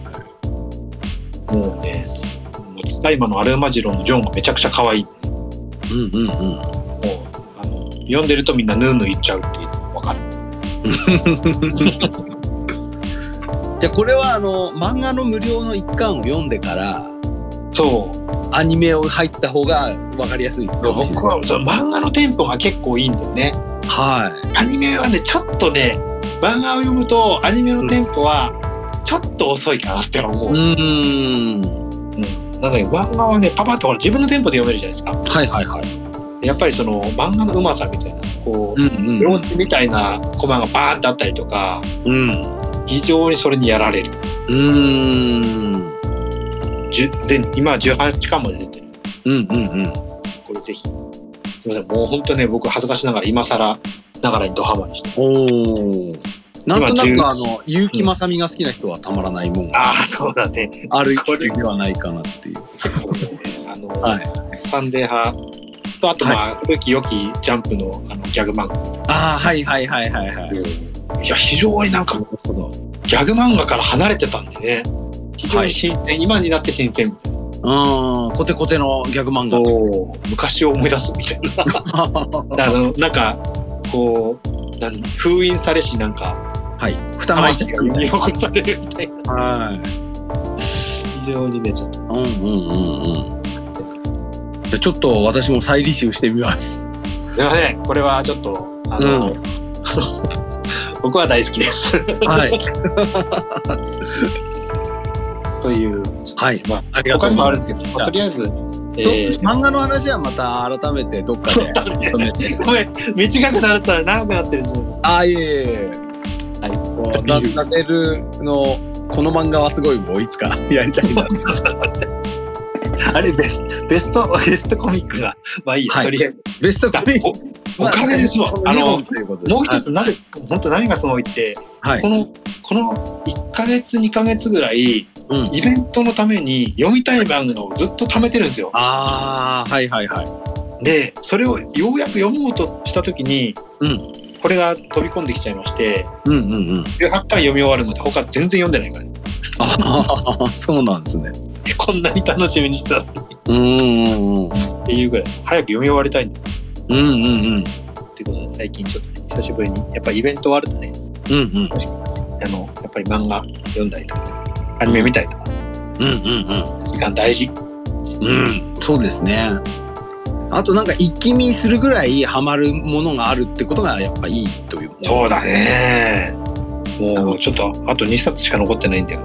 もうね、もうツタイマのアルマジロのジョンがめちゃくちゃ可愛い。も
い。うんうんうん。
う、あの、読んでるとみんなヌーヌーいっちゃうっていうのわかる。
じゃあこれはあの、漫画の無料の一巻を読んでから、
そう。
アニメを入った方がわかりやすいかもしれ
僕
ない。
はその漫画のテンポが結構いいんだよね。
はい。
アニメはね、ちょっとね、漫画を読むとアニメのテンポはちょっと遅いかなって思う。
うーん。
なんだけど、漫画はね、パパッとほら自分のテンポで読めるじゃないですか。
はいはいはい。
やっぱりその漫画のうまさみたいな、こう、
ん
ローンチみたいなコマがバーンってあったりとか、
うん。
非常にそれにやられる。
うん。うん。
じゅ全今は18巻まで出てる。
うんうんうん。
これぜひ。すみません、もう本当ね、僕恥ずかしながら今更ながらにドハマりして。
おお。なんとな
今
く
10
あの結城まさみが好きな人はたまらないもん。
ああ、そうだね。
ある
これ
ではないかなっていう。
あの、
はい。
サンデー派と、あとまあ、古き良きジャンプのあのギャグ漫画。
ああはいはいはいはいはい。
いや、非常になんか、
ほど。
ギャグ漫画から離れてたんでね。非常に新鮮、今になって新鮮。
うーん、コテコテのギャグ漫画。
昔を思い出すみたいな。あの、なんか、こう、なん封印されし、なんか、
はい。蓋が開い
魂
ちゃう
が呼び
ね。
起こされるみたいな。
はい。
非常にね、ちょっと。
うんうんうんうん。じゃあちょっと私も再履修してみ ます。
すいません、これはちょっと、あの、
う
僕は大好きです。
はい。
という、
はい。
まあ、
ありがと
他
う
に
ご
も
ざい
あ
ま
るんで
す。
すけど、まあとりあえず、えー
漫画の話はまた改めてどっ かでまとめて。
ごめん、短くなるってたら長くなってるんで。
ああいえいえいえ。はい。こうダダデルのこの漫画はすごいもういつかやりたい な。
あれ、ベスト、ベスト、ベストコミックが。まあいいや、
はい
とりあえず。
ベストカリー。
おおかげですわ。あ
日
の
本、ということで
もう一つ、なぜ、本当何がすごいって、
はい
この、この1ヶ月、2ヶ月ぐらい、
うん
イベントのために読みたい漫画をずっと貯めてるんですよ。
ああ、はいはいはい。
で、それをようやく読もうとしたときに、
うん
これが飛び込んできちゃいまして、
うんうんうん。
18巻読み終わるまで他全然読んでないから、ね、
ああ、そうなんですね。
えこんなに楽しみにしてたっ
うんうんうん。
ていうぐらい、早く読み終わりたいんだ
うんうんうん。
っていうことで、最近ちょっと、ね、久しぶりに、やっぱイベント終わるとね、
うんうん。
あの、やっぱり漫画読んだりとか、アニメ見たりとか、
うんうん
時間大事。
うん。うん。そうですね。あとなんか一気見するぐらいハマるものがあるってことがやっぱいいという。
そうだね。もうちょっと、あと2冊しか残ってないんだよ。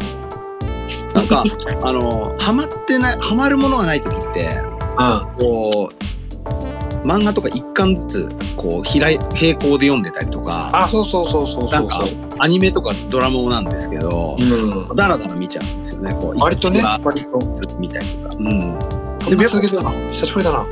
なんか、あの、ハマってない、ハマるものがない時って、
う
こう、漫画とか一巻ずつ、こう、ひらい並行で読んでたりとか、
あ、そうそうそうそう
な
そ
ん
う
か
そう。
アニメとかドラマもなんですけど、
うん。
だらだら見ちゃうんですよね。こう
割とね、
一話
割と。
ずつ見たりとか。うん。
でも続けてたな。久しぶりだな。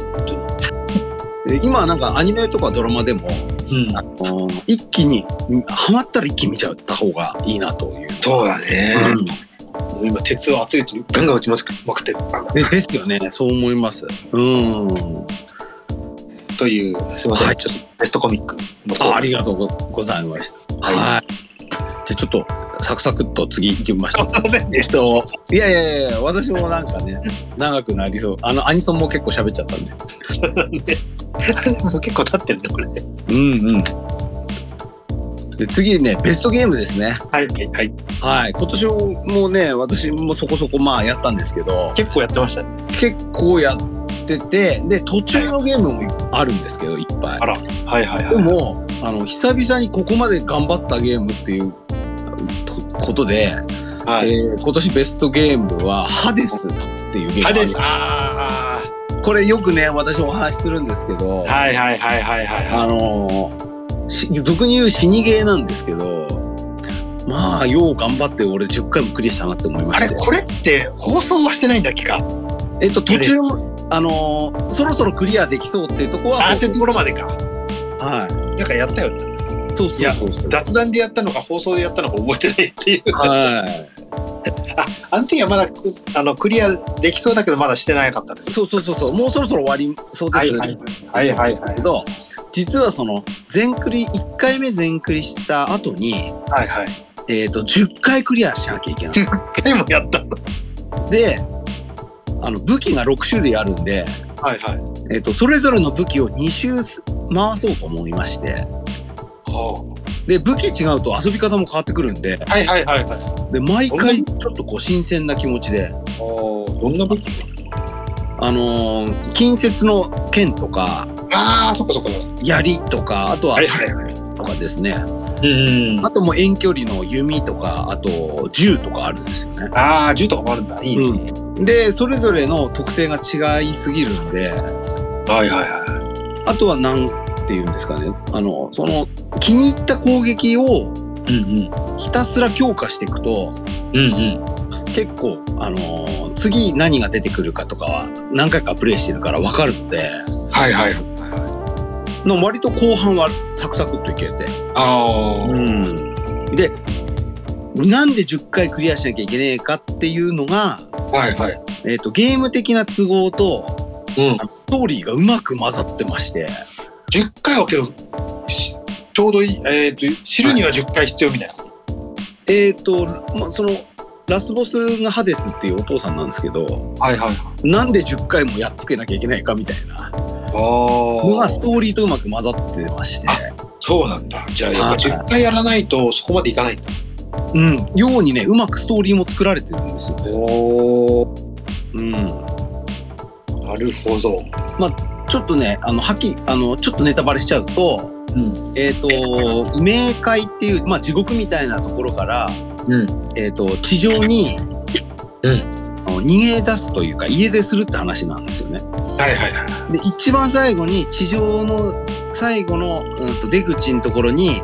で今なんかアニメとかドラマでも、
うん
あの一気に、うんハマったら一気に見ちゃった方がいいなという。
そうだね。
うん
今、鉄を熱いとガンガン打ちまくまくってる。
でですよね。そう思います。うん。
という、すいません。
はい
ちょっとベストコミックのコーナ
あ
ー
ありがとうございました。
はい
はい。じゃあちょっと、サクサクっと次行きましょう。
すいません
え
ね
っ。と、いやいやいやいや、私もなんかね、長くなりそう。あの、アニソンも結構喋っちゃったんで。
もう結構経ってるね、これね。
うんうん。で、次ね、ベストゲームですね。
はい、はい。
はい。今年もね、私もそこそこまあやったんですけど、
結構やってましたね。
結構やってて、で、途中のゲームもあるんですけど、いっぱい
あ。ら。はいはい
で
はい。
も、あの、久々にここまで頑張ったゲームっていうとことで、
はい。
えー今年ベストゲームは、ハデスっていうゲーム。
はいです。あ
これよくね、私もお話しするんですけど、
あ。はいはいはいはいはいはい。
あのーし俗に言う死にゲーなんですけど、まあ、よう頑張って俺10回もクリアしたなって思いま
あれ
したよ
これって放送はしてないんだっけか
えっと、途中も、あのーそろそろクリアできそうっていうとこは、
あーってところまでか
は
なんかやったよね
い。そうそうそうそう。
雑談でやったのか放送でやったのか覚えてないっていう。
は
あの時はまだくあのクリアできそうだけどまだしてなかったんで
い。
す。
そうそうそうそう。もうそろそろ終わりそうです。
はいはいはい。
けど、実はその、全クリ、1回目全クリした後に、
はいはい。
えっ、と、10回クリアしなきゃいけない。
一回もやった。はい
で、あの、武器が6種類あるんで、
はい。
えっ、と、それぞれの武器を2周す回そうと思いまして、
は
で、武器違うと遊び方も変わってくるんで、
いはいはいはい。
で、毎回ちょっとこう、新鮮な気持ちで、
どんな武器
あのー近接の剣とか、
ああ、そっかそっか。
槍とか、あとは
はいはい
盾とかですね、
うん
あともう遠距離の弓とか、あと銃とかあるんですよね。
ああ、銃とかもあるんだ。いいね。
うん、でそれぞれの特性が違いすぎるんで
はいはいは
あとは何て言うんですかねあのその気に入った攻撃を
い。うん
ひたすら強化していくと
うん。うんうん。
結構、あのー次何が出てくるかとかは何回かプレイしてるから分かるので
はいはい。
の割と後半はサクサクっといけて、
ああ。
でなんで10回クリアしなきゃいけねえかっていうのが、
はいはい。
えっとゲーム的な都合と
うん。
ストーリーがうまく混ざってまして。
10回はけど、しちょうどいい、えっ、と、知るには10回必要みたいな。
えー、と、まあ、そのラスボスがハデスっていうお父さんなんですけど
はいはいはい。
なんで10回もやっつけなきゃいけないかみたいなの
あ
がストーリーとうまく混ざってまして、
そうなんだ。じゃあ、やっぱ
はい
10回やらないとそこまでいかないんだ。
うん、ようにねうまくストーリーも作られてるんですよね。
おお。
うん、
なるほど。
ちょっとねあのはっきりあのちょっとネタバレしちゃうと,、
うん。
えー、と冥界っていう、まあ、地獄みたいなところから、
うん。
えー、と地上に、
うん
あの逃げ出すというか家出するって話なんですよね。
はいはいはい。
で一番最後に地上の最後の、うん、と出口のところに、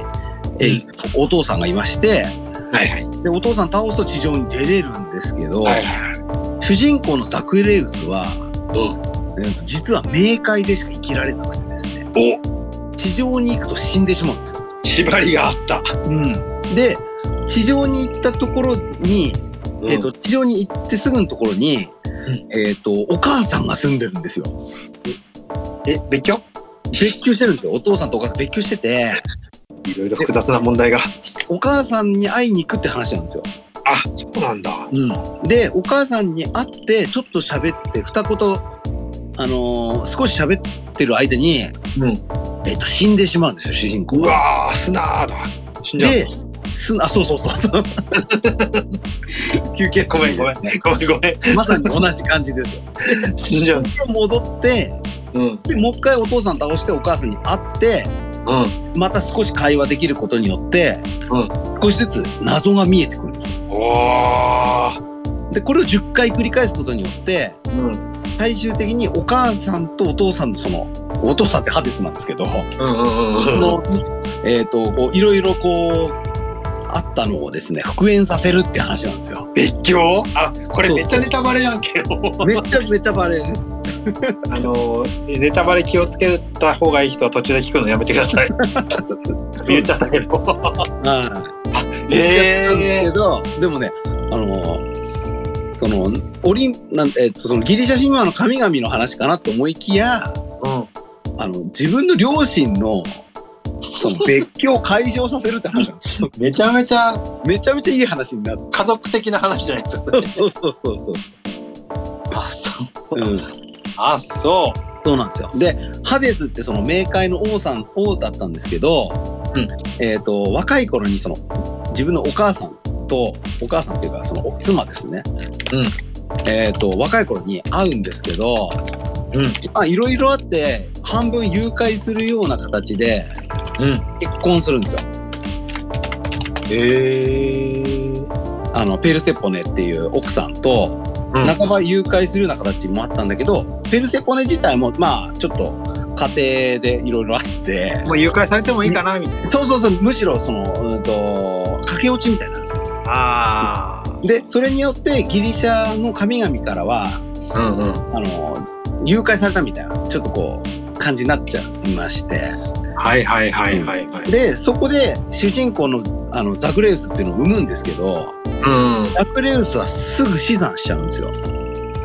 えーお父さんがいまして
はいはい。
でお父さん倒すと地上に出れるんですけど、
はいはい。
主人公のザクエレウスは、
うん。
えーと実は冥界でしか生きられなくてですね地上に行くと死んでしまうんですよ。
お縛りがあった。
で地上に行ったところに、えー、と地上に行ってすぐのところに、
ん
えー、とお母さんが住んでるんですよ。
え、別居
別居してるんですよお父さんとお母さん別居してて
いろいろ複雑な問題が。
お母さんに会いに行くって話なんですよ。
あ、そうなんだ。
でお母さんに会ってちょっと喋って二言あのー少し喋ってる間に、
うん
えっと死んでしまうんですよ主人公
う
が。
わー、砂だ。死んじゃう。
で、すあそうそうそう そう休憩
ごめんごめん。ごめんごめん。
まさに同じ感じですよ。
死んじゃう。
で戻って
うん。うん。
でもう一回お父さん倒してお母さんに会ってまた少し会話できることによって、
うん
少しずつ謎が見えてくるんですよ。
おー。
でこれを10回繰り返すことによって
うん。うん
最終的にお母さんとお父さんのそのお父さんってハデスなんですけど、
うんうんうん。
のえっ、とこういろいろこうあったのをですね復縁させるって話なんですよ。
別居あ、これめっちゃネタバレなんけど。
めっちゃめタバレです。
あの ネタバレ気をつけた方がいい人は途中で聞くのやめてく ださい。言っちゃったけど。
はい。
え
です
え
けどでもねあのそのオリンなんえっ、とそのギリシャ神話の神々の話かなと思いきや
うん。
あの自分の両親のその別居を解消させるって話なん ですよ。
めちゃめちゃ
めちゃめちゃいい話になって。
家族的な話じゃないですか。それ
そうそうそうそう。
あ、そう。
うん
あ、そ
そうなんですよ。で、ハデスってその冥界の王さん、王だったんですけど、
うん
えっ、と、若い頃にその、自分のお母さんと、お母さんっていうか、その、お妻ですね。
うん
えっ、と、若い頃に会うんですけど、
うん
まあ、いろいろあって、半分誘拐するような形で、
う。うん。
結婚するんですよ。
ええ
あの、ペルセポネっていう奥さんと、
うん
半ば誘拐するような形もあったんだけど、ペルセポネ自体も、まあ、ちょっと、家庭でいろいろあって、
もう誘拐されてもいいかなみたいな。
そうそうそう、むしろその、うんと、駆け落ちみたいな。
あ
で、それによってギリシャの神々からは、
あ。うんうん。
あの、誘拐されたみたいな、ちょっとこう、感じになっちゃいまして、
はいはいはいはいはい。
で、そこで主人公のあのザクレウスっていうのを生むんですけど、
うん。
ザクレウスはすぐ死産しちゃうんですよ。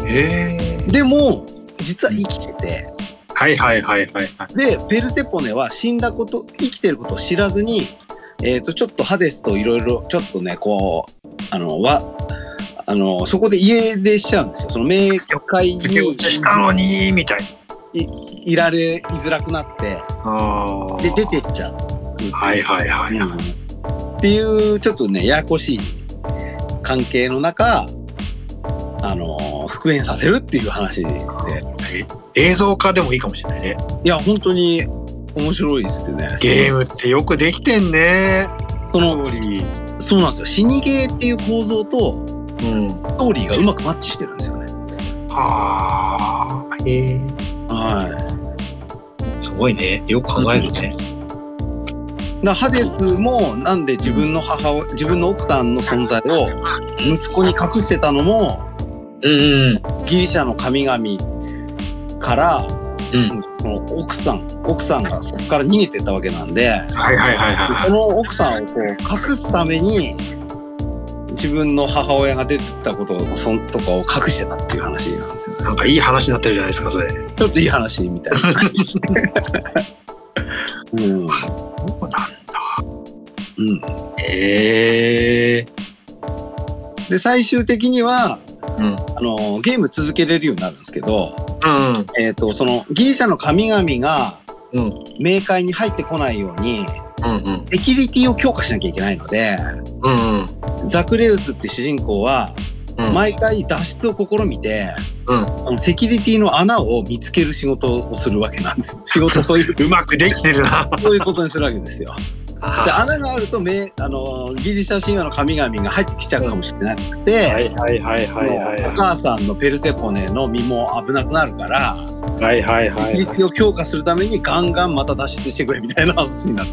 ええ
でも、実は生きてて、
はいはいはいはいはい。
で、ペルセポネは死んだこと、生きてることを知らずに、えっ、と、ちょっとハデスといろいろ、ちょっとね、こう、あの、わ、あの、そこで家出しちゃうんですよ。その冥界
駆け落
に
ちしたのに、みたい
いられ、いづらくなって、
な。ああ。
で、出てっちゃう。
はいはいはいはい。
っていうちょっとねややこしい関係の中あの復縁させるっていう話で
映像化でもいいかもしれないね。
いや本当に面白いですね
ゲームってよくできてんね。
そ
ス
の
トーリー。
そうなんですよ死にゲーっていう構造と
うん。
ストーリーがうまくマッチしてるんですよね
はあ。へえ。
は
すごいね。よく考えるね。
いだハデスもなんで自分の母親自分の奥さんの存在を息子に隠してたのも
うん。
ギリシャの神々から
うん。
その奥さん奥さんがそこから逃げてったわけなんで
はいはいはいはい
で
は
その奥さんをこう隠すために自分の母親が出てたことをそんとかを隠してたっていう話なんですよ
い。なんかいい話になってるじゃないですか、それ。
ちょっといい話み たいな感じ、うん
そうなんだ。
うん、
へえ。
で最終的には
うん。
あのゲーム続けれるようになるんですけど、
うん。
えー、とそのギリシャの神々が
うん
冥界に入ってこないように
うんうん。
セキュリティを強化しなきゃいけないので
うん
ザクレウスって主人公は
うん。
毎回脱出を試みて、
うん
あのセキュリティの穴を見つける仕事をするわけなんです。仕事そういう、
うまくできてるな。
そういうことにするわけですよ。で、
は
穴があると、めあの、ギリシャ神話の神々が入ってきちゃうかもしれなくて、
いはいはいはいはい
あのお母さんのペルセポネの身も危なくなるから、
はいはいは
セキュ
い
リ。ティを強化するためにガンガンまた脱出してくれみたいな話になる。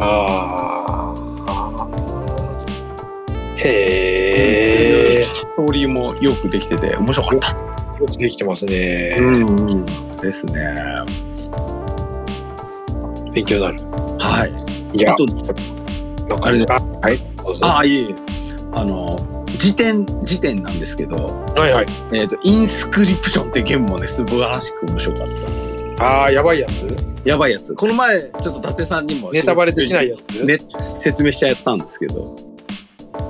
ああ。へえ。
ストーリーもよくできてて、面白かった。
よくできてますね。
ん、うん。ですね。
勉強になる。
はい。
いや
あ、と、
なんかあれあ、はい。どうぞ
ああ、いえいえ。あの、辞典、辞典なんですけど、
はいはい。
えっ、と、インスクリプションってゲームもね、素晴らしく面白かった。
ああ、やばいやつ
やばいやつ。この前、ちょっと伊達さんにも。
ネタバレできないやつ
ね説明しちゃったんですけど。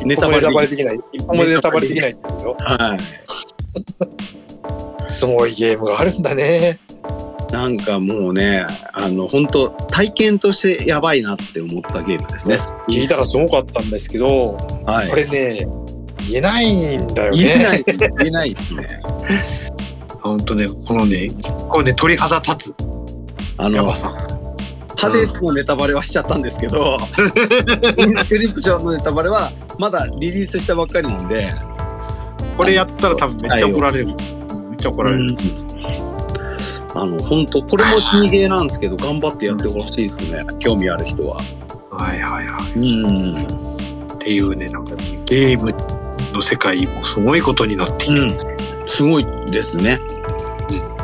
ネ
ネ
タ
タ
バレでき
バレできない。一本もネタバレできないってことよ。
はい。
すごいゲームがあるんだね。
なんかもうね、あの、本当体験としてやばいなって思ったゲームですね。
聞いたらすごかったんですけど、
はい
こ。れね、言えないんだよね。
言えない、言えないです ね。
ほんとね、このね、これね、鳥肌立つ。
あ
や
の
ば、さ。
ハデスのネタバレはしちゃったんですけど、 インスクリプションのネタバレはまだリリースしたばっかりなんで、
これやったら多分めっちゃ怒られる。めっちゃ怒られる。
あの本当これも死にゲーなんですけど頑張ってやってほしいですね、興味ある人は
はいはいはい。
うん
っていうね、なんかねゲームの世界もすごいことになっている。
すごいですね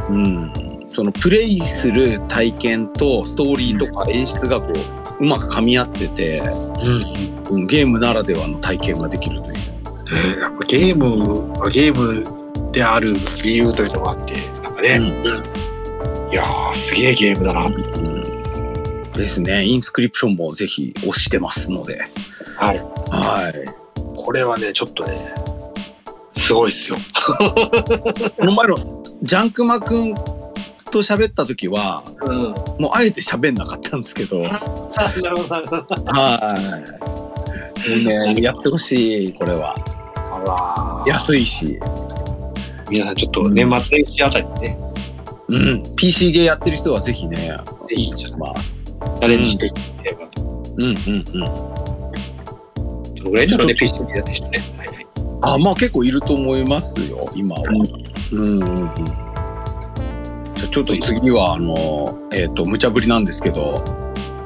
うん、そのプレイする体験とストーリーとか演出がこううまく噛み合ってて、
う
う
ん
ん、ゲームならではの体験ができるという
ねやっぱゲームはゲームである理由というのがあって、なんかね、いやー、すげえゲームだな。はい。
うんですねインスクリプションもぜひ押してますのではい
これはね、ちょっとね、すごいっすよ。
この前のジャンクマくんと喋った時は
うん。
もうあえて喋んなかったんですけど。
なるほど、なるほど。
はい。もうね、やってほしい、これは。
あらー
安いし。
皆さんちょっと年末年始あたりにね、
うん。PC ゲーやってる人はぜひね、
ぜひちょっと
まあ、
チャレンジしていければと。
うんうんうん。
どのぐらいなので PC でやってる人ね。はいはい。
あ、まあ結構いると思いますよ、今は。うんうんうん。じゃあちょっと次は、あの、えっ、と、無茶ぶりなんですけど、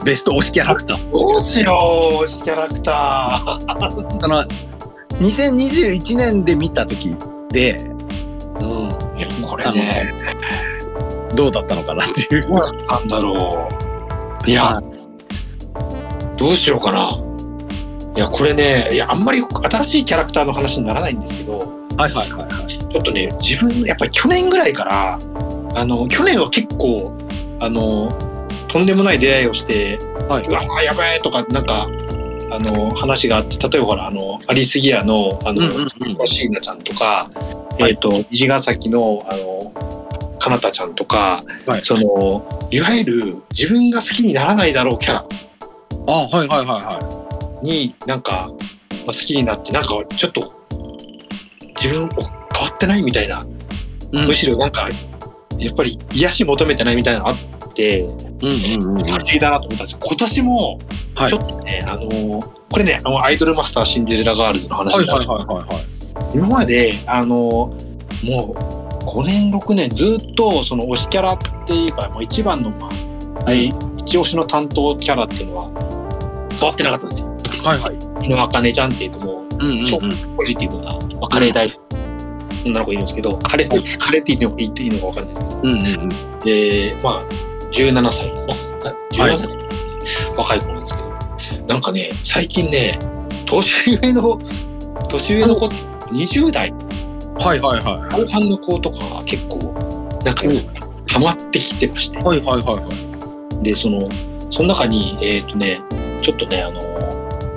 ベスト推しキャラクター。
どうしよう、推しキャラクタ
あの、2021年で見た時で、
ー。うん。いや、これ
あ
ね、
の、どうだったのかなっていう。
どうだったんだろう。いや、どうしようかな。いや、これね、いや、あんまり新しいキャラクターの話にならないんですけど、
はいはいはいはい。
ちょっとね、自分の、やっぱり去年ぐらいから、あの、去年は結構、あの、とんでもない出会いをして、
はいう
わ、やばいとか、なんか、あの、話があって、例えばほら、あの、アリスギアの、あの、
うんうんうん
シーナちゃんと
は
か、
い
えっ、と、虹ヶ崎の、あの、かなたちゃんとか、
はい
その、いわゆる自分が好きにならないだろうキャラ
あ、はいはいはいは
になんか、まあ、好きになってなんかちょっと自分お変わってないみたいな、
い。うん
むしろなんかやっぱり癒し求めてないみたいなのあって
うんうんうんうん。
不思議だなと思ったんですよ今年も
はい
ちょっとね、あのーこれねあのアイドルマスターシンデレラガールズの話
は
ないんです
はい
けど
はいはいはい。
今まであのーもう5年6年ずっとその推しキャラっていうかもう一番の、まあはい、一押しの担当キャラっていうのは変わってなかったんですよ。
はいはい。
日野あかねちゃんっていうともう
うんうんうん。
そうポジティブな、まあ、カレー大好き女の子いるんですけど、カレー、カレーって言っていいのか言っていいのかわかんないです
うんうんうん。
けど、で、まあ、17歳かな。17歳、若い子なんですけど、なんかね、最近ね、年上の、年上の子、20代
はいはいは
後半の子とかが結構、なんか、
うん
溜まってきてまして
い。、はいはいはいはい。
で、その、その中に、えっ、とね、ちょっとね、あの、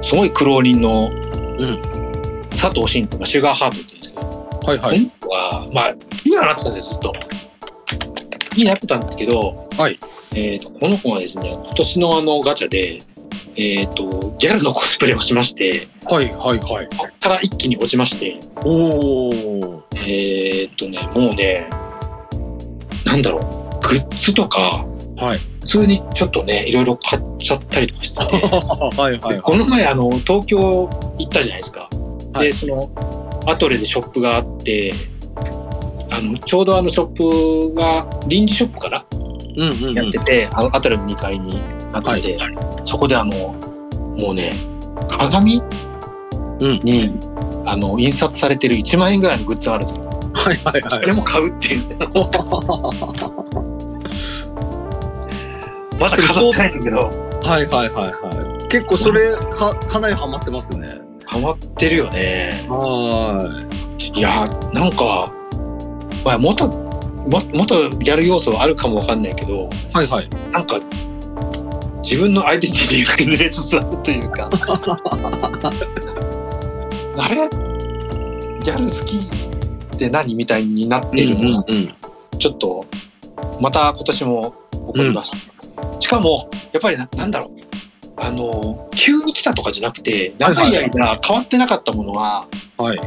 すごい苦労人の、
ん
佐藤慎とか、シュガーハートって言うんですけど、
はいはい。
本当は、まあ、今なってたんです、ずっと。になってたんですけど、
はい
えーと、この子がですね、今年のあのガチャで、えっ、と、ギャルのコスプレをしまして、
はいはいはい。
こっから一気に落ちまして、
おお。
えっ、とね、もうね、なんだろう、グッズとか、
はい
普通にちょっとね、いろいろ買っちゃったりとかしてて、
はいはいは
で
い。
この前、あの、東京行ったじゃないですか。
は
で、
い
その、アトレでショップがあって、あの、ちょうどあのショップが、臨時ショップかな、
うんうんうん。
やってて、あのアトレの2階にあって、そこであの、もうね、鏡、
うん
に、あの、印刷されてる1万円ぐらいのグッズがあるんですけど、
はいはいは
それも買うって いう。まだ飾ってないんだけど、
い。はいはいはいはい。結構それかかなりハマってますね。
ハマってるよね。
はい
やーなんか、まあ、元も元ギャル要素はあるかもわかんないけど
い。はいはい。
なんか自分のアイデンティティが崩れつつあるとい うかあれギャル好きって何みたいになってるのが、
うん。
ちょっとまた今年も起こりました、しかもやっぱりななんだろうあの急に来たとかじゃなくて
はい
長
はい
い間変わってなかったものが
はい。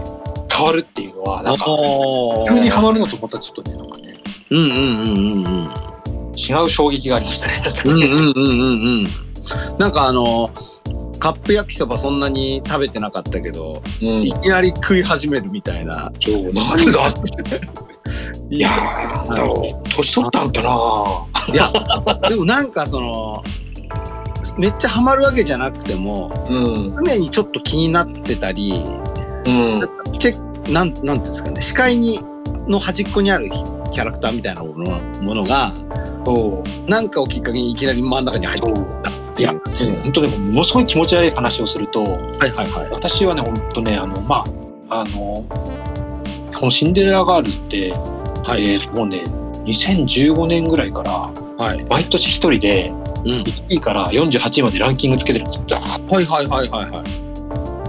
変わるっていうのはなんか
あ
急にハマるのとまたちょっとね、なんかね、
うんうんうんうんうん。
違う衝撃がありましたね。
うんうんうんうんうん。なんかあのカップ焼きそばそんなに食べてなかったけど、
うん
いきなり食い始めるみたいな。
そう、何があったい
い
やー、なんだろう、年取ったんかな
でもなんかそのめっちゃハマるわけじゃなくても
うん、
常にちょっと気になってたり、
うん、
チェックなんなんていうんですかね視界にの端っこにあるキャラクターみたいなものものが
そう、
なんかをきっかけにいきなり真ん中に入ってくるって
い
い
や、
う。
本当ね、ものすごい気持ち悪い話をすると、
はいはいはい。
私はね、本当ね、あの、まあ、あの、このシンデレラガールズって、
はい。
えーもうね、2015年ぐらいから、
はい。
毎年一人で、
うん
1位から48位までランキングつけてるんですよ。ザーッと
はいはいはいはいはい。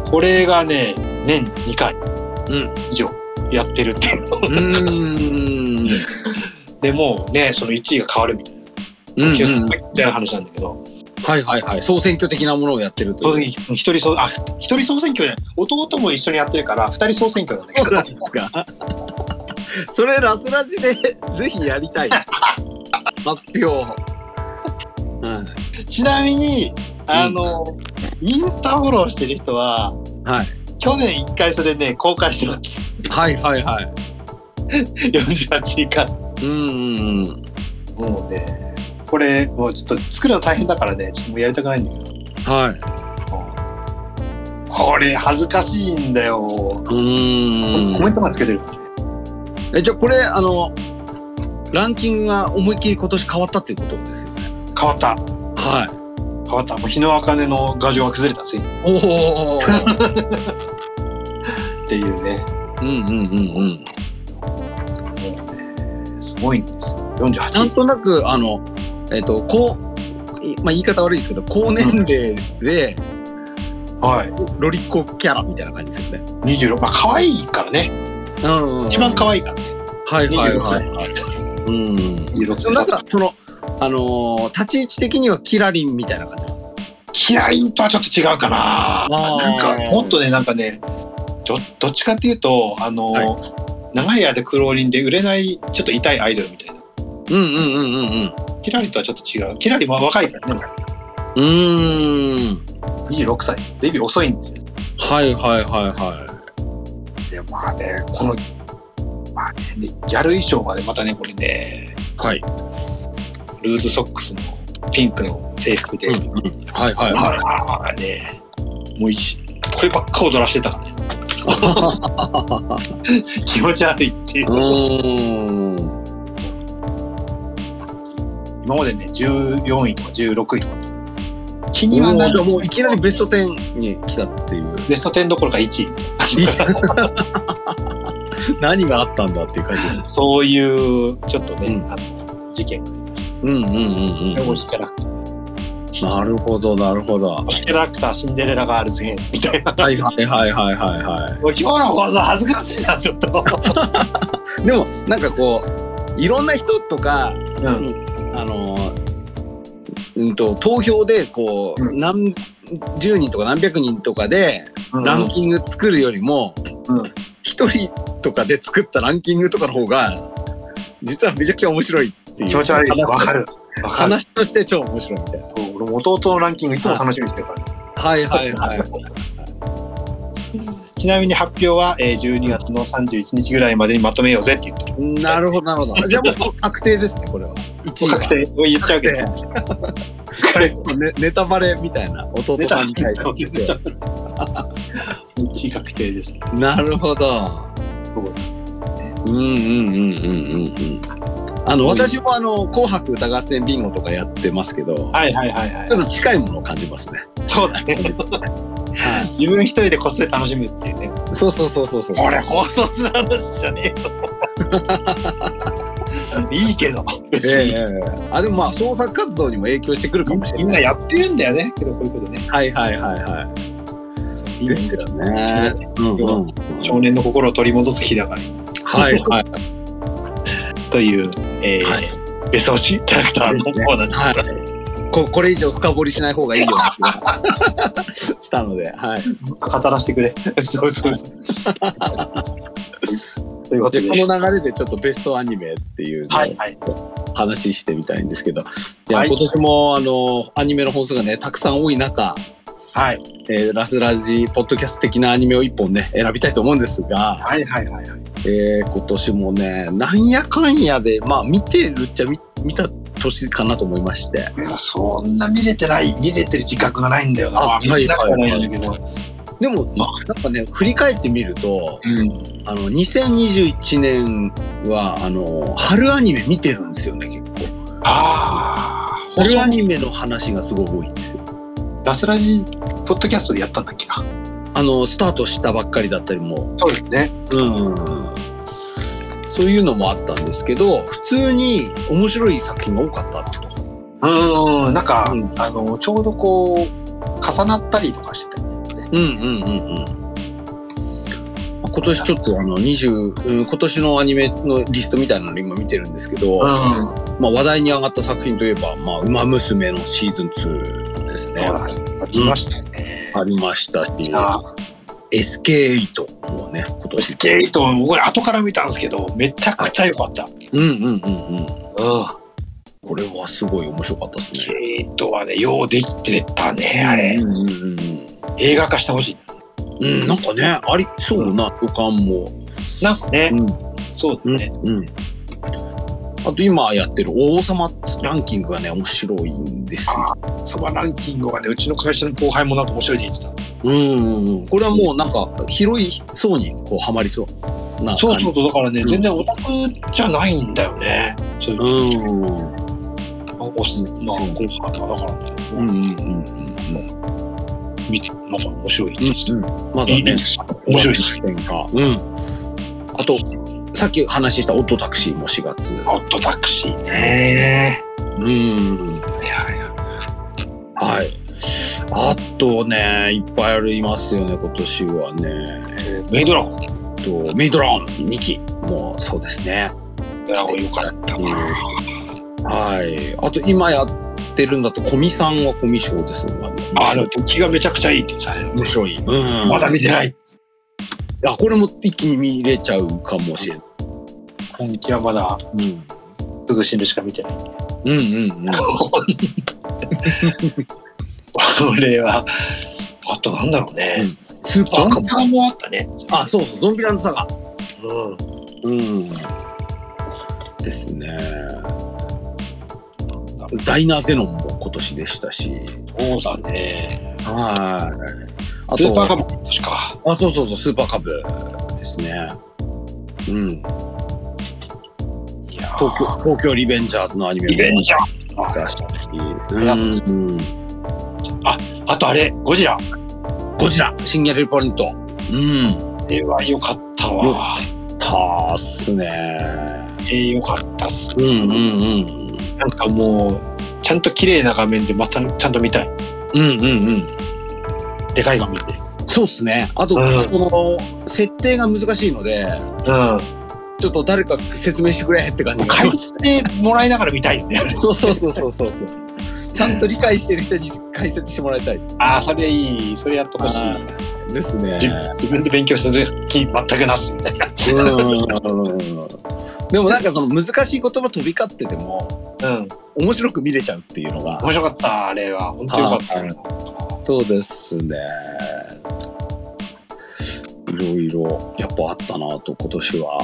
これがね、年2回
うん
以上やってるっていう。
うーん。
でもうね、その1位が変わるみたいな、
うんうん
急速みたいな話なんだけど、
はいはいはい。総選挙的なものをやってる
そ
と
の
いう。
時一人総、あ、一人総選挙じゃない、弟も一緒にやってるから、二人総選挙なんだけ
そう
ど
なん、ですか。それラスラジでぜひやりたいです。発表。うん。
ちなみに、あの、インスタフォローしてる人は、
はい
去年一回それね、公開してます。
はいはいはい。
48位から。
うんうんうん。
もうね、これ、もうちょっと作るの大変だからね、ちょっともうやりたくないんだけど。
はい。
これ恥ずかしいんだよ。
うー
コメ
ん。
ントがつけてる。
え、じゃあこれ、あの、ランキングが思いっきり今年変わったっていうことですよね。
変わった。
はい。
変わった。もう日の茜の画像が崩れたせいっ
おお。
ていうね。
うんうんうんうん。
すごいんですよ。
なん
48。
となく、あの、えっ、と、こう、いまあ、言い方悪いですけど、高年齢で
はい。
ロリコキャラみたいな感じですよね。
26。まあ、可愛いからね。
うん、うん
一番可愛いからね。
はいはい
26
は
歳
い。。うん。
26
そ
歳。
のなんか、その、あのー立ち位置的にはキラリンみたいな感じなんですか
ヒラリンとはちょっと違うかな。
あ
なん
ー
か、もっとね、なんかね、どどっちかっていうと、あの、
はい
長い間苦労人で売れない、ちょっと痛いアイドルみたいな。
うんうんうんうんうん。
キラリとはちょっと違う。キラリも若いからね、
うーん。
26歳。デビュー遅いんですよ。
はいはいはいは
で、まあね、この、まあね、でギャル衣装がね、またね、これね、
い。はい。
ルーズソックスのピンクの制服で、
うんはいはい
ま
は
あまあね、もう一、こればっか踊らして たからね。 気持ち悪いっていう
い。。うーん。
今までね、14位とか16位とか。気に
も
はな
うじゃあ
る。
もういきなりベスト10に来たっていう。
ベスト10どころか1位。
何があったんだっていう感じです。
そういう、ちょっとね、
うん
あの、事件がね。
うんうんうんうん
推。しキャラクター。
なるほどなるほど。は
推しキャラクター、シンデレラガールズ編みたいな。
いはいはいはいはいは
今日の放送恥ずかしいな、ちょっと。
い。でもなんかこういろんな人とか
うん。
あのうんと投票でこう、
うん
何十人とか何百人とかでランキング作るよりも
うん
一、人とかで作ったランキングとかの方が実はめちゃくちゃ面白いっていう
気持ち悪い。わかる。わかる。
話として超面白いみたいな。
俺も弟のランキングいつも楽しみにしてるからね。
はいはいはい。
ちなみに発表は、えー12月の31日ぐらいまでにまとめようぜって言ってる。
なるほどなるほど。じゃあもう確定ですねこれは。一位は
確定を言っちゃうけど。これ、
ねネタバレみたいな弟さんみ たいな。
1位確定です。
なるほど。
そうなんですね。
うんうんうんうんうんうん。あの私もあの紅白歌合戦ビンゴとかやってますけど、
はいはいはいはい
ち。ょっと近いものを感じますね。
そうだね。自分一人でこっそり楽しむっていうね。
そうそうそうそうそう。
これ放送する話じゃねえぞ。 いいけど。別
ええええ
に。
ええあでもまあ創作活動にも影響してくるかもしれ
みん
ない。
なやってるんだよね。けどこういうことね。
はいはいはいはいい。
い
です
け
け
ど
どね。うんうんうん
少年の心を取り戻す日だから。
はいはい。
という、えー
は
ベストシキャラクターのコーナーですから、
はい。ここれ以上深掘りしない方がいいような気がしたので、 はい。
語らせてくれ。 そうそうそう。ということ
で
で、
この流れでちょっとベストアニメっていうの
はい
を
はい。
話してみたいんですけど、いや
はい
今年もあのアニメの本数がねたくさん多い中、
はい
えーラスラジポッドキャスト的なアニメを一本ね選びたいと思うんですが、
はいはいはいはい。
えー今年もねなんやかんやでまあ見てるっちゃ見見た年かなと思いまして、
いやそんな見れてない、見れてる自覚がないんだよな。
あ
まあ見れなくはないんだけど。
でもなんかね振り返ってみると、
うん。
あの2021年はあの春アニメ見てるんですよね結構。
ああ、
春アニメの話がすごい多いんですよ。
ラスラジ、ポッドキャストでやったんだっけか。
あのスタートしたばっかりだったりも、
そうですね。
うん、そういうのもあったんですけど普通に面白い作品が多かったなと。
うーん、なんか、
うん
あの、ちょうどこう、重なったりとかしてたよね。
うんうんうんうんまあ今年ちょっとあの20、うん、今年のアニメのリストみたいなの今見てるんですけど、
ん。
まあ、話題に上がった作品といえば「まあ、ウマ娘」のシーズン2ですね
そうだありましたよね。
ありましたし
じゃあ
SK8 もね今
ス
年
ケート、僕、後から見たんですけど、めちゃくちゃ良かった。うん。
うんうんうんうん
ス
これはすごい面白かったですね。
ケートはね、ようできてたね、あれ。
うんうんうん
映画化してほし
うん、うん、なんかねありそうな予感も、
い。なんかね、
うん
そうだね。
うん、あと今やってる王様ランキングがね面白いんですよ、
そばランキングがね、うちの会社の後輩もなんか面白いって言ってた。
うんうんうん、これはもうなんか広い層にこうはまりそうな感じ
そうそうそう、だからね、
うん
全然オタクじゃないんだよね。そういう
うん
あおす、まあ、
そう
今回だから、だから、
うんうんうんうんうん
見て、なんか面白いです。
まだ
いい
ね
で、す。面白いです。
視点が。うん。あと、さっき話ししたオットタクシーも4月。
ホットタクシーね。
うん。
いやいや。
はい。あとね、いっぱいありますよね、今年はね。
メイドラゴン。
あと、メイドラン2期もそうですね。
メイドラゴン良かった
うん
な。
はい。あと、今やってるんだと、コミさんはコミショーですもんね。
あ、でも、敵がめちゃくちゃいいってさ、
面白い。うん。
まだ見てない。
あ、これも一気に見れちゃうかもしれない。
今期はまだ、
うん。
すぐ死ぬしか見てない。
うんうん
俺は、あとなんだろうね。
うん。スーパ
あ、
ー
カ
カ
パーもあったね。
あ、そうそう、ゾンビランドサガ。
う
う
ん。
ん。ですね。ダイナーゼノンも今年でしたし。
そうだね。
はい。あ
スーパーカ
ブ。
ブも今年か。
あ、そうそうそう、スーパーカブですね。うん。
いや
東京、東京リベンジャーズのアニメ
リベンジャー。
も出したし。うん。うん
あとあれ、ゴジラ。
ゴジラ、シンギャルポイント。うん。
あれは良かったわ。
たーっすね。
ええ良かったっす。
うんうんうん。
なんかもう、ちゃんと綺麗な画面でまたちゃんと見たい。
うんうんうん。
でかい画面で。
そうっすね。あと、
うん
この、設定が難しいので、
うん。
ちょっと誰か説明してくれって感じが。
解説してもらいながら見たいよね。
そうそうそうそうそうそう。ちゃんと理解してる人に解説してもらいたい
ああ、それいい。それやってほしい。
あですね。
自自分で勉強する気全くなしみたいな。
でもなんかその難しい言葉飛び交ってても
うん。
面白く見れちゃうっていうのが。
面白かった、あれは。本当によかった。
はいそうですね。いろいろやっぱあったなと今年は。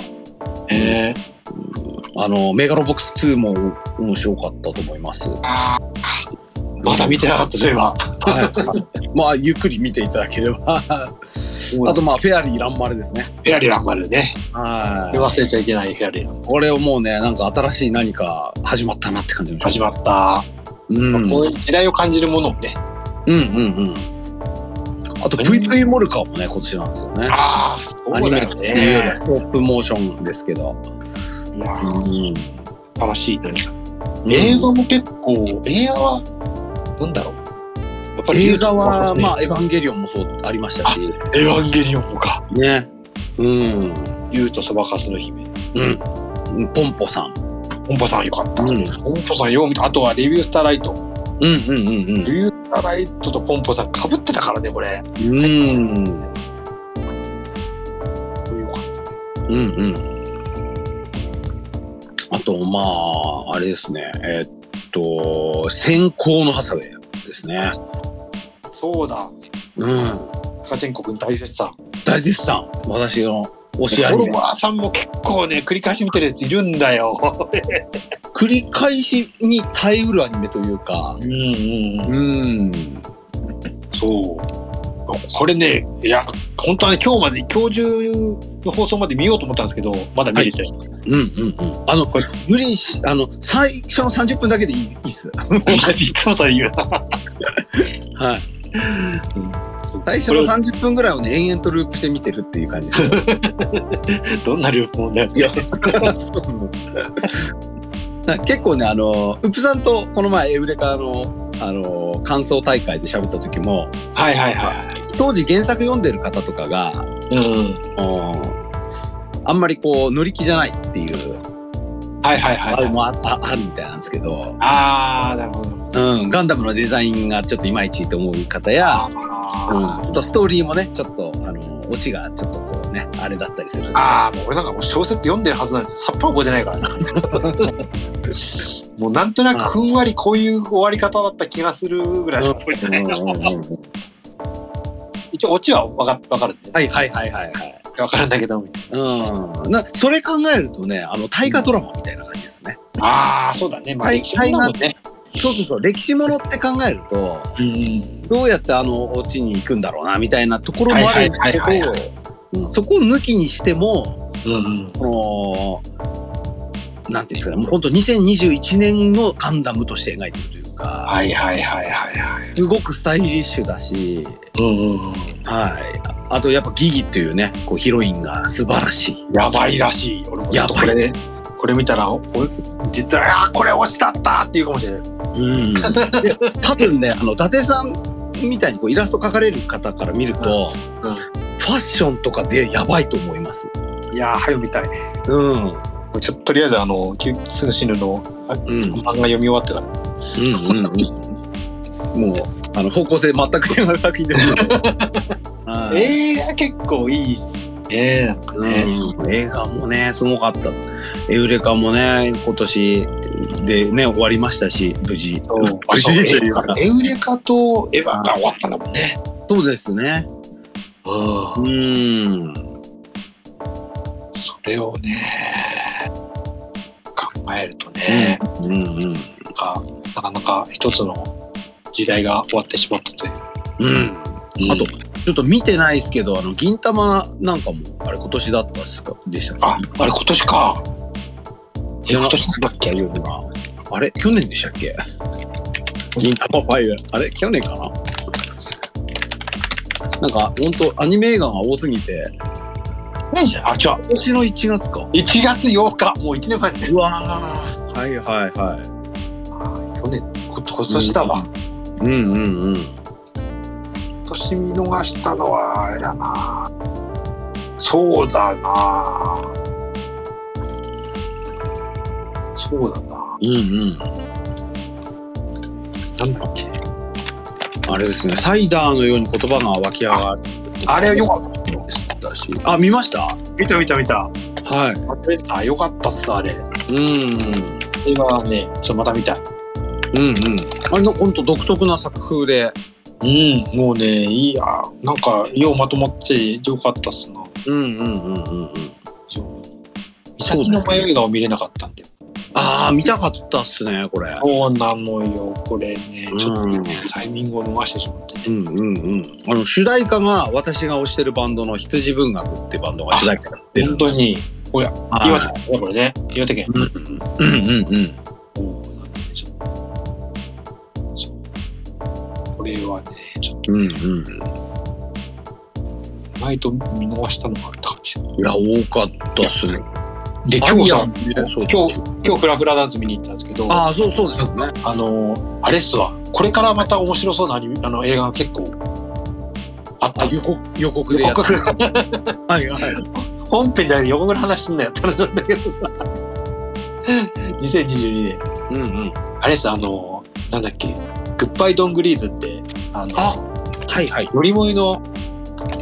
ええ
あのメガロボックス2も面白かったと思います。
あーまだ見てなかった、そういえば。
はい、まあゆっくり見ていただければ。あとまあフェアリーランマルですね。
フェアリーランマルね。
はい。
忘れちゃいけないフェアリーランマル。
これをもうねなんか新しい何か始まったなって感じが
始まった。
る、うん、うん
こういう時代を感じるものをね。
うんうんあと「ぷいぷいモルカー」もね今年なんですよね
ああ、そうだよ
アニメっていうよりは
ね。
ストップモーションですけど、
いや
う
ー
ん、
楽しい何か。映画も結構、映画は、なんだろう。やっぱり
映画は、ま
あ、
あ「エヴァンゲリオン」もそうありましたし
エヴァンゲリオンもか。
ねうん
竜とそばかすの姫。
うんポンポさん
ポンポさんよかった。
うんうん
ポンポさんよう見た。あとはレビュースターライト。
うんうん
レビュースターライトとポンポさんかぶってたからね、これ。
うんうん
よかった。
うんうん。あと、まあ、あれですね。えっと、先行のハサウェイですね。
そうだ。
うん。
カチェンコ君大絶賛。
大絶賛。私の推
フ
しア
ォ
ニ
ロ
メ。
ワーさんも結構ね、繰り返し見てるやついるんだよ。
繰り返しに耐えうるアニメというか。
うんうん。
うん。
そう。これね、いや、本当はね、今日まで、今日中の放送まで見ようと思ったんですけど、まだ見れてない。
うんうんうん。あの、これ、無理し、あの、最初の30分だけでいいいいっす。
同じいつもそれ言うな。
はい。最初の30分ぐらいをね、延々とループして見てるっていう感じ です。
どんなループもね。
いや、そうそうそう。なんか結構ね、あの、ウップさんとこの前、エウレカの、あの、感想大会で喋った時も、
はいはいは
当時原作読んでる方とかが、
い。うん。
あんまりこう、乗り気じゃないっていう、
はいはいはい
あ
は
れ
い。
もあああるみたいなんですけど、
あー、なるほど。
うん、ガンダムのデザインがちょっといまいちと思う方や、うん、
あ
ちょっとストーリーもね、ちょっと、あの、オチがちょっとこうね、あれだったりするんで。
あー、もう俺なんかもう小説読んでるはずなのに、さっぱり覚えてないからね。 もうなんとなくふんわりこういう終わり方だった気がするぐらいしか覚えて
うん
な
う
い
ん
な。
うんうん
一応オチはわかわかるんで。
はいはいはいはいはい。
わかるんだけど。
うん、なそれ考えるとねあの大河ドラマみたいな感じですね、
ああ、そうだね。まあ、
はい
歴史もんね。
そうそうそう歴史ものって考えると
うん。
どうやってあのオチに行くんだろうなみたいなところもあるんですけ
はいはいはい
どうんそこを抜きにしても
うん。
このなんていうんですかね、もう本当2021年のガンダムとして描いてるというか、
はいはいはいはいはい。
すごくスタイリッシュだし、
うんうんうん。
はい。あとやっぱギギっていうね、こうヒロインが素晴らしい。
やばいらしい。俺もちょっとこれね、これ見たら、おお実は、あーこれ推しだったっていうかもしれない。
うん。で多分ね、あの、伊達さんみたいにこうイラスト描かれる方から見ると、
うんうん
ファッションとかでやばいと思います。
いやー、早く見たいね。
うん。うん。
もうちょっととりあえず、あの、きすぐ死ぬの、あ
うん。
漫画読み終わってから。
うん。もう、あの、方向性全く違う作品 ですけど。はい
ええー、結構いいっすね。なんかね。
うん、映画もねすごかったエウレカもね今年でね終わりましたし無事
そう
無事
そう
というか
エウレカとエヴァが終わったんだもんね。
そうですね
う。
うんん
それをね、考えるとね、
うんうん
なんか、なかなか一つの時代が終わってしまったという。
うん
うん
あとちょっと見てないですけどあの銀玉なんかもあれ今年だったっすかでしたっけ
あ、あれ今年か。え、今年なんだっけ
いや今あれ去年でしたっけ銀玉ファイヤーあれ去年かななんか本当アニメ映画が多すぎて
何じゃあ、違う。
今年の1月か
1月8日。もう1年前ね。
うわーはいはいはい
去年、こ今年だわ。
うんうんうん
今年見逃したのはあれだなそうだなそうだな
うんうん
なんだっけ
あれですねサイダーのように言葉が湧き上がって
あれよかっ
たしあ見ました
た見た見た見た
は
また見たよかったっすあれ
いうん
映画はねちょっとまた見たい
うんうんあれの本当独特な作風で
うんもうねいいやなんかようまとまってよかったっすな
うんうんうんうんうん
非常に美咲の迷いが見れなかったんで
ああ見たかったっすねこれ
そうなのよこれねちょっとね、
うん
タイミングを逃してしまってね
うんうんうんあの主題歌が私が推してるバンドの羊文学ってバンドが主題歌やってる
本当に岩
はい
手県だこれね岩手県
うんうんうん
なんでちょっとそうこれはね、ちょっ
うんうん
と前と見逃したのがあったかもしれない。
いや多かったっすね
で、
あ
今日さ、
いやそう
今日、今日フラフラダンス見に行ったんですけど、あ
ああそうそうですよね
の、あれっすわ、これからまた面白そうなアニメあの映画が結構あった
あ。予告予告でやっ
予告
はいはい
本編じゃない横の話すんなよって話なんだけどさ、2022年、
うんうん
あれっす、あの、なんだっけ、グッバイドングリーズって、あの、
あはいはい
よりもいの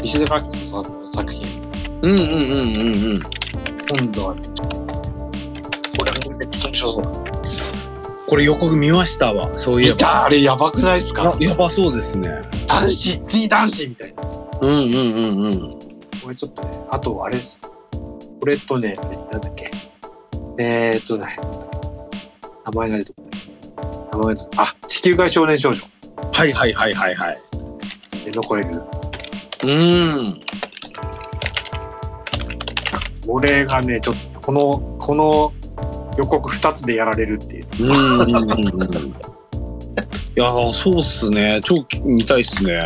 石田明子さんの作品。
うんうんうんうんうん
今度はね、これもめっちゃ面白そう。
これ予告見ましたわそういえ
見
ば
たあれやばくないですか
あやばそうですね
男子、次男子みたいな。
うんうんうんうん
これちょっとね、あとあれです。これとね、あれなんだっけ。えーっとね、名前が出てこない。名前が出てこないあ、地球外少年少女
はいはいはいはいはい
で残れる。
うん
これがね、ちょっと、この、この予告2つでやられるっていう。
うんうん うんうんいやーそうっすね超見たいっすね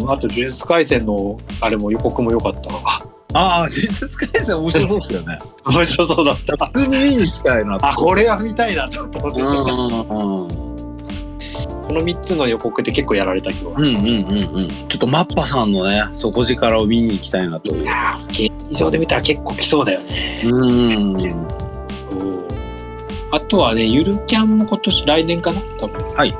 うん、あと、呪術廻戦の、あれも予告も良かったわ。
ああ呪術廻戦面白そうっすよね
面白そうだった。
普通に見に行きたいな
あ、これは見たいなと思って。
うんうん
この3つの予告で結構やられた今日は。
うんうんうんうんちょっとマッパさんのね底力を見に行きたいなという
やー、劇場で見たら結構来そうだよね。
うん
あとはね、ゆるキャンも今年、来年かな多分。
はい。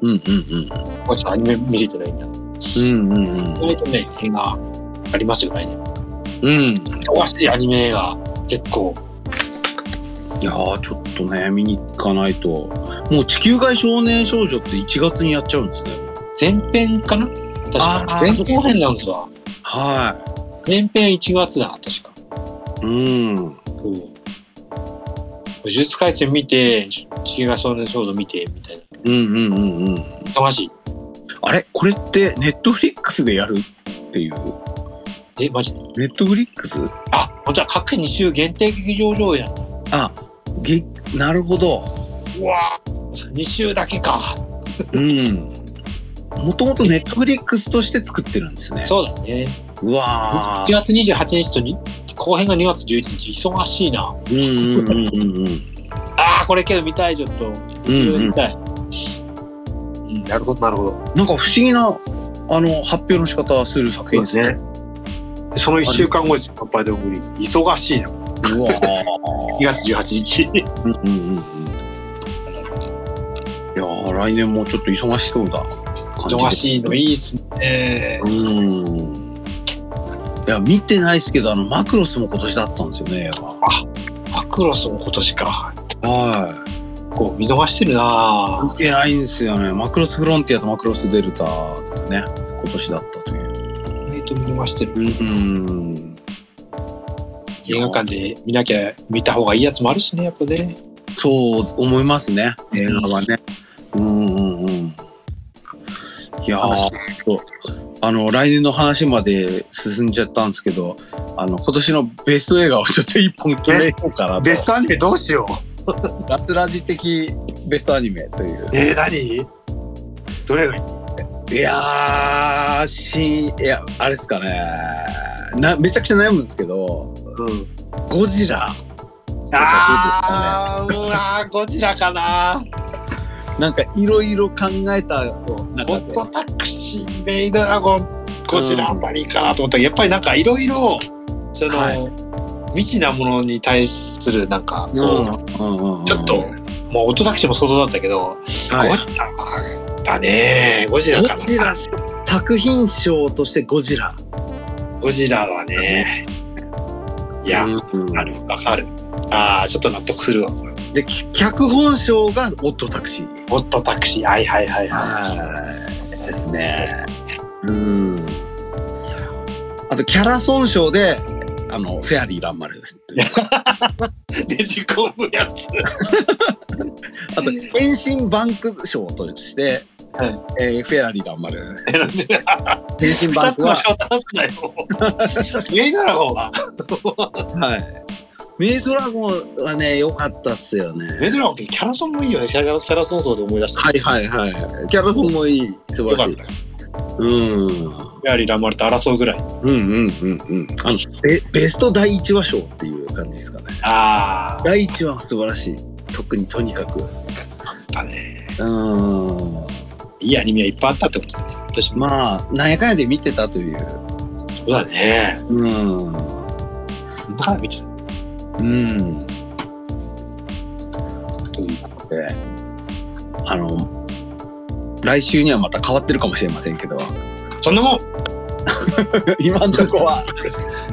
うん。
うんうんうん
これちょっとアニメ見れてないんだ。
うんうんうん
意外とね、映画ありますよ、来年。
うん
忙しいアニメ映画、結構。
いやーちょっとね見に行かないともう地球外少年少女って1月にやっちゃうんですね
前編かな確
あ
か。
ー
前後編なんですわ。
は
前編1月だな、確か。
いうん
そう。呪術廻戦見て、地球が少年少女見て、みたいな。
うんうんうんうん
忙しい。
あれこれってネットフリックスでやるっていう
え、マジ
ネットフリックス
あ、本当は各2週限定劇場上映なんだ。
あげなるほど
うわ2週だけか。
うんもともとネットフリックスとして作ってるんですね
そうだね。
うわ
1
ー
月28日とに後編が2月11日。忙しいな。
うんうんうんうん
ああ、これけど見たい、ちょっと。
うんうん
見たい。うんなるほど、なるほど。
なんか不思議なあの発表の仕方する作品ですね。
ね。その1週間後に乾杯で送り、忙しいな。
うわ
2月18日。
ーうんうんうんいやー来年もちょっと忙しそうだ感じで
忙しいのいいっすね。
うんいや見てないですけどあのマクロスも今年だったんですよね映
マクロスも今年か。
画は
こう見逃してるない
見てないんですよねマクロスフロンティアとマクロスデルタがね今年だったという
意外と見逃してる。
うん
映画館で見なきゃ見た方がいいやつもあるしね、やっぱね。
そう思いますね映画はね。うんうんうん。いやーそうあの来年の話まで進んじゃったんですけどあの今年のベスト映画をちょっと一本決めようかなと
ベストアニメどうしよ
ラスラジ的ベストアニメという
う。えー、何どれがい
い
い
やーしいやあれですかねなめちゃくちゃ悩むんですけど
うん。
「ゴジラ
あー、うわー、ゴジラかな」
なんかいろいろ考えた
ゴ
中
ッ
で
ドタクシー、メイドラゴン、ゴジラあたりかなと思ったけど、やっぱりなんかいろいろ、その、
は
未知なものに対するなんか、こう
うんうんうんうん
ちょっと、もう音タクシーも相当だったけど、
はい
ゴジラだね。ゴジラか
ゴジラ
な。
作品賞としてゴジラ。
ゴジラはね。いや、
うん
ある、わかる。ああ、ちょっと納得するわ。
で、き脚本賞がオットタクシー。
オットタクシー、はいはいはいは
はい。ですね。うん。あと、キャラ損賞で、あの、フェアリーランマルと いう。
い。ねじ込むやつ。
あと、遠心バンク賞として、
はい
えーフェアリーランマル。
二
遠心バン
つ
ク
も
は、
賞出すなよ。メイドラゴンは。
はい。メイドラゴンはね、良かったっすよね。
メイドラゴンってキャラソンもいいよね。キャラキャラソン層で思い出した。
はいはいはい。キャラソンもいい。素
よ
晴
からっ
しい
た。。
うん。
やはりラマルと争うぐらい。
うんうんうんうん。あのベベスト第1話賞っていう感じですかね。
ああ、やっ
第1話は素晴らしい。特にとにかく。う
ぱね。
ーん。
いいアニメはいっぱいあったってことだね。私も。
まあ、なんやかんやで見てたという。
そうだね。
うーん。
だから見てた
うん。
という
で、あの、来週にはまた変わってるかもしれませんけど、
そんなもん
今んとこ は、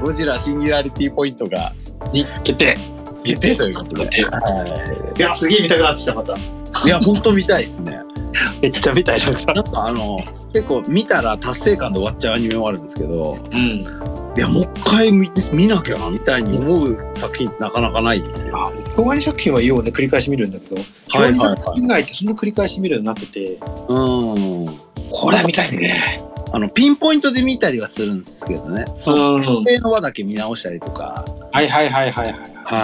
ゴジラシンギュラリティポイントが
に決定。
決定ということで。
決定
はい
や、すげえ見たくなってきた、また。
い。いや、本当見たいですね。
めっちゃ見たい、なんか。
なんかあの、結構見たら達成感で終わっちゃうアニメもあるんですけど、
うん。
いや、もう一回見見なきゃなみたいに思う作品ってなかなかないですよ。
京アニ作品はようね、繰り返し見るんだけど、京アニ作品以外ってそんな繰り返し見るようになってて、
うん。
これは見たいね。
あの、ピンポイントで見たりはするんですけどね。
う
その
ん。
特定の輪だけ見直したりとか。
はいはいはいはいはい。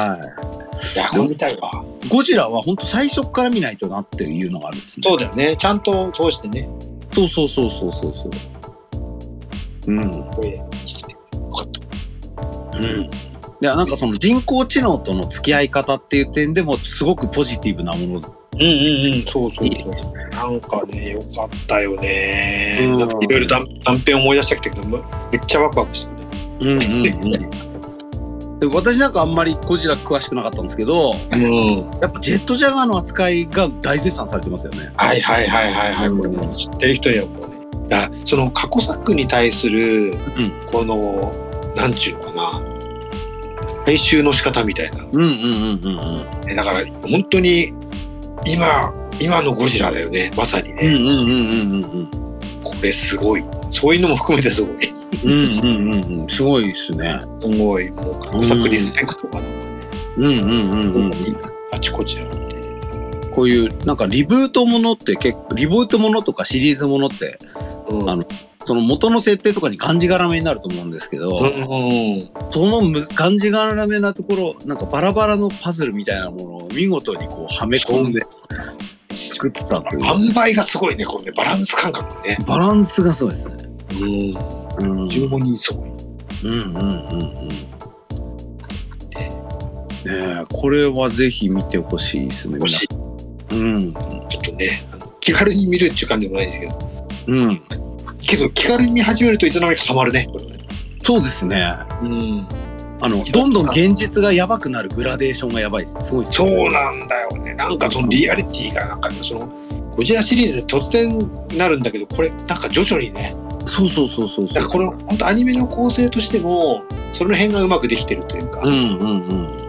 はい
や、これ見たいわ。
い。ゴジラは本当最初から見ないとなっていうのがあるんですね。
そうだよね。ちゃんと通してね。
そうそうそうそうそうそう。うん。
これ、いいっすね。よかった。
うん。で、なんかその人工知能との付き合い方っていう点でもすごくポジティブなもの
うんうんうん。そうそうそう。なんかね、よかったよね
う。ん
なんかいろいろ断断片思い出したけど、むめっちゃワクワクしてくるね。
うんうんうんで私なんかあんまりゴジラ詳しくなかったんですけど、
うん。
やっぱジェットジャガーの扱いが大絶賛されてますよね。
はいはいはいはいはい。
うん
これもう知ってる人にはもうね。だからその過去作に対す
ん
る、この、なんちゅうのかな。回収の仕方みたいな。
うんうんうんうんうん。
えだから本当に、今、今のゴジラだよね。まさに
うん
ね。
うんうんうんうん
これすごい。そういうのも含めてすごい。
うんうんうんうん。すごいですね。
すごい。もう過去作リスペクトが、
うんうんうんうん。
あちこちあって。
こういうなんかリブートものって結構リブートものとかシリーズものって
うん
あのその元の設定とかにがんじがらめになると思うんですけど、
うん。
そのむがんじがらめなところ、なんかバラバラのパズルみたいなものを見事にこうはめ込んで作ったという。
販売がすごいね、このね、バランス感覚ね。
バランスがそうですね。う
うん。
ん。うん
15人すごい。
うんうんうん。ねえ、これはぜひ見てほしいですね。
欲しい。
うん。
ちょっとね、あの気軽に見るっていう感じでもないですけど、
うん。
けど気軽に見始めるといつの間にかハマるね。
そうですね。
うん。
あの、どんどん現実がやばくなるグラデーションがやばいです。すごいです
そ
ね。
うなんだよね。なんかそのリアリティがなんかね、その、ゴジラシリーズで突然なるんだけど、これなんか徐々にね、
そうそうそうそう
だ
そ
からこれ本当アニメの構成としても、その辺がうまくできてるというか、
う。うんうんうん。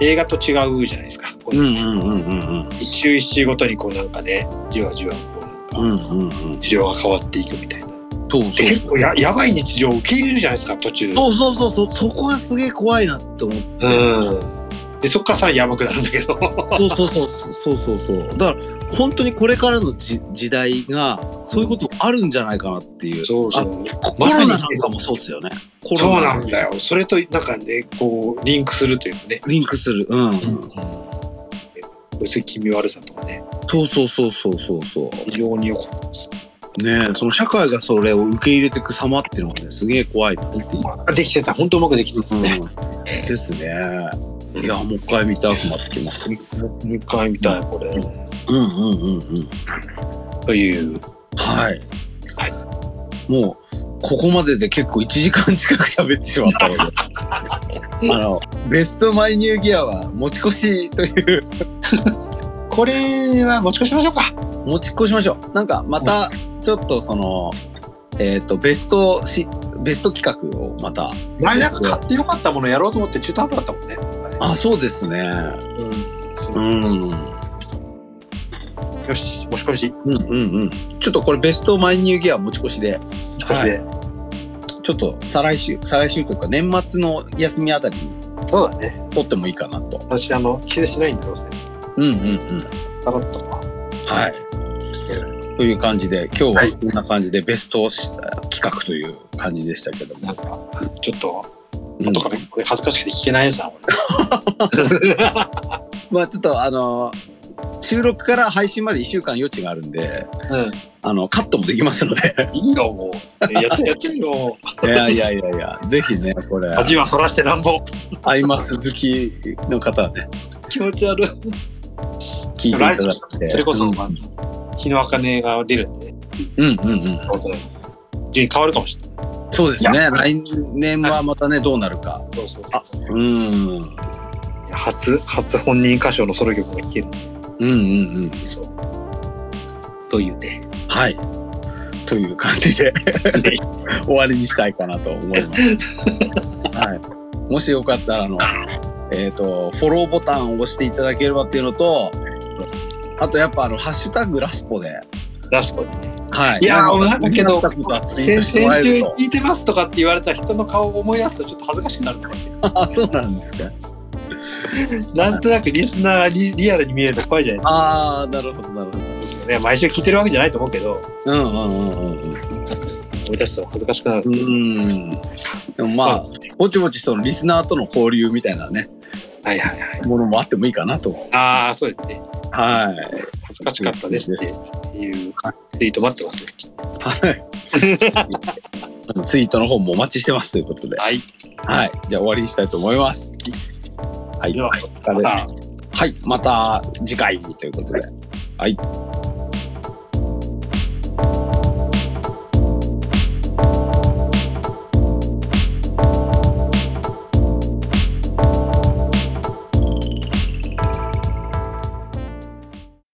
映画と違うじゃないですか。こう
うんうんうんうんうん。
一周一周ごとにこうなんかね、じわじわこうなんか、
うんうんうん。
事情が変わっていくみたいな。で
そうそうそう。
結構ややばい日常を受け入れるじゃないですか、途中。
そうそうそうそう、そこがすげえ怖いなって思って。
うん。で、そっからさらにやばくなるんだけど。
そうそうそうそうそうそう。だから本当にこれからのじ時代がそういうことあるんじゃないかなっていう。
そうそ
あ
う。
コロナなんかもそうっすよね。コ
そう
ロナ
なんだよ。それとなんかね、こう、リンクするというかね。
リンクする。うん。
薄い気味悪さとかね、
そうそうそうそうそうそ
非常に良かったです。
う。ねえ、その社会がそれを受け入れていく様っていうのがね、すげえ怖いなっていう。
まあできてた、本当うまくできてたね。
うん、ですね。いや、もう一回見たくなってきます。うん
もう一回見たい、これ。
うんうんうん。
という。
はい。
はい
もう、ここまでで結構1時間近く喋ってしまったの で。あの、ベストマイニューギアは持ち越しという、
これは持ち越しましょうか。
持ち越しましょう。なんか、また、ちょっとその、えっ、と、ベストし、ベスト企画をまた。
前なんか買って良かったものやろうと思って中途半端だったもんね。
あ、そうですね。。
うんそううん
うん
よし、持ち越し。
うんうん。ちょっとこれベストマイニューギア持ち越しで、
持ち越しで。
ちょっと再来週、再来週というか年末の休みあたりに
そうだね。
撮ってもいいかなと。
私、あの、帰省しないんだよね。
うんうんうん。
さらっと。
はい。という感じで今日は
はい
こんな感じでベストし企画という感じでしたけども
なん、か、ちょっと、
うん
後からこれ恥ずかしくて聞けないやつだ、俺。
まあちょっとあの収録から配信まで1週間余地があるんであのカットもできますので
うん。いいよ、もう。やっちゃえ、やっちゃえよ。
いやいやいやいや ぜひねこれ
恥はそらしてなんぼ。
アイマス好きの方はね
気持ち悪い。
聞いていただいて
それこそ、
うん
まあ、日の茜が出るんで、
うんうんうん
順位変わるかもしれない。
そうですね来年はまたねどうなるか
そうそう
あうんうん
初、初本人歌唱のソロ曲が聴けるん
うんうん
ですよ。というね。
はいという感じ で終わりにしたいかなと思います。はい、もしよかったらあの、えー、とフォローボタンを押していただければっていうのとあとやっぱあの「ハッシュタグラスポで」
ラストに。
はい、
いやー、
なん
俺
か
なんだけど、
気になったことはツイート
先
して
先
もらえる
週
と
聞いてますとかって言われた人の顔を思い出すとちょっと恥ずかしくなるの
あ そうなんですか
なんとなくリスナーがリリアルに見えると怖いじゃない
ああなるほどなるほど
ですか、ね。毎週聞いてるわけじゃないと思うけど、
うんうんうんうん
思い出すと恥ずかしくなる。
うんでもまあぼちぼちそのリスナーとの交流みたいなね
はいはいはい。
ものもあってもいいかなと
ああ、そうですね。
はい
恥ずかしかったですっていうツイート待ってますね。
はい。ツイートの方もお待ちしてますということで。
はい。
はい。じゃあ終わりにしたいと思います。はい。
では
お疲れ
また
はい。また次回ということで。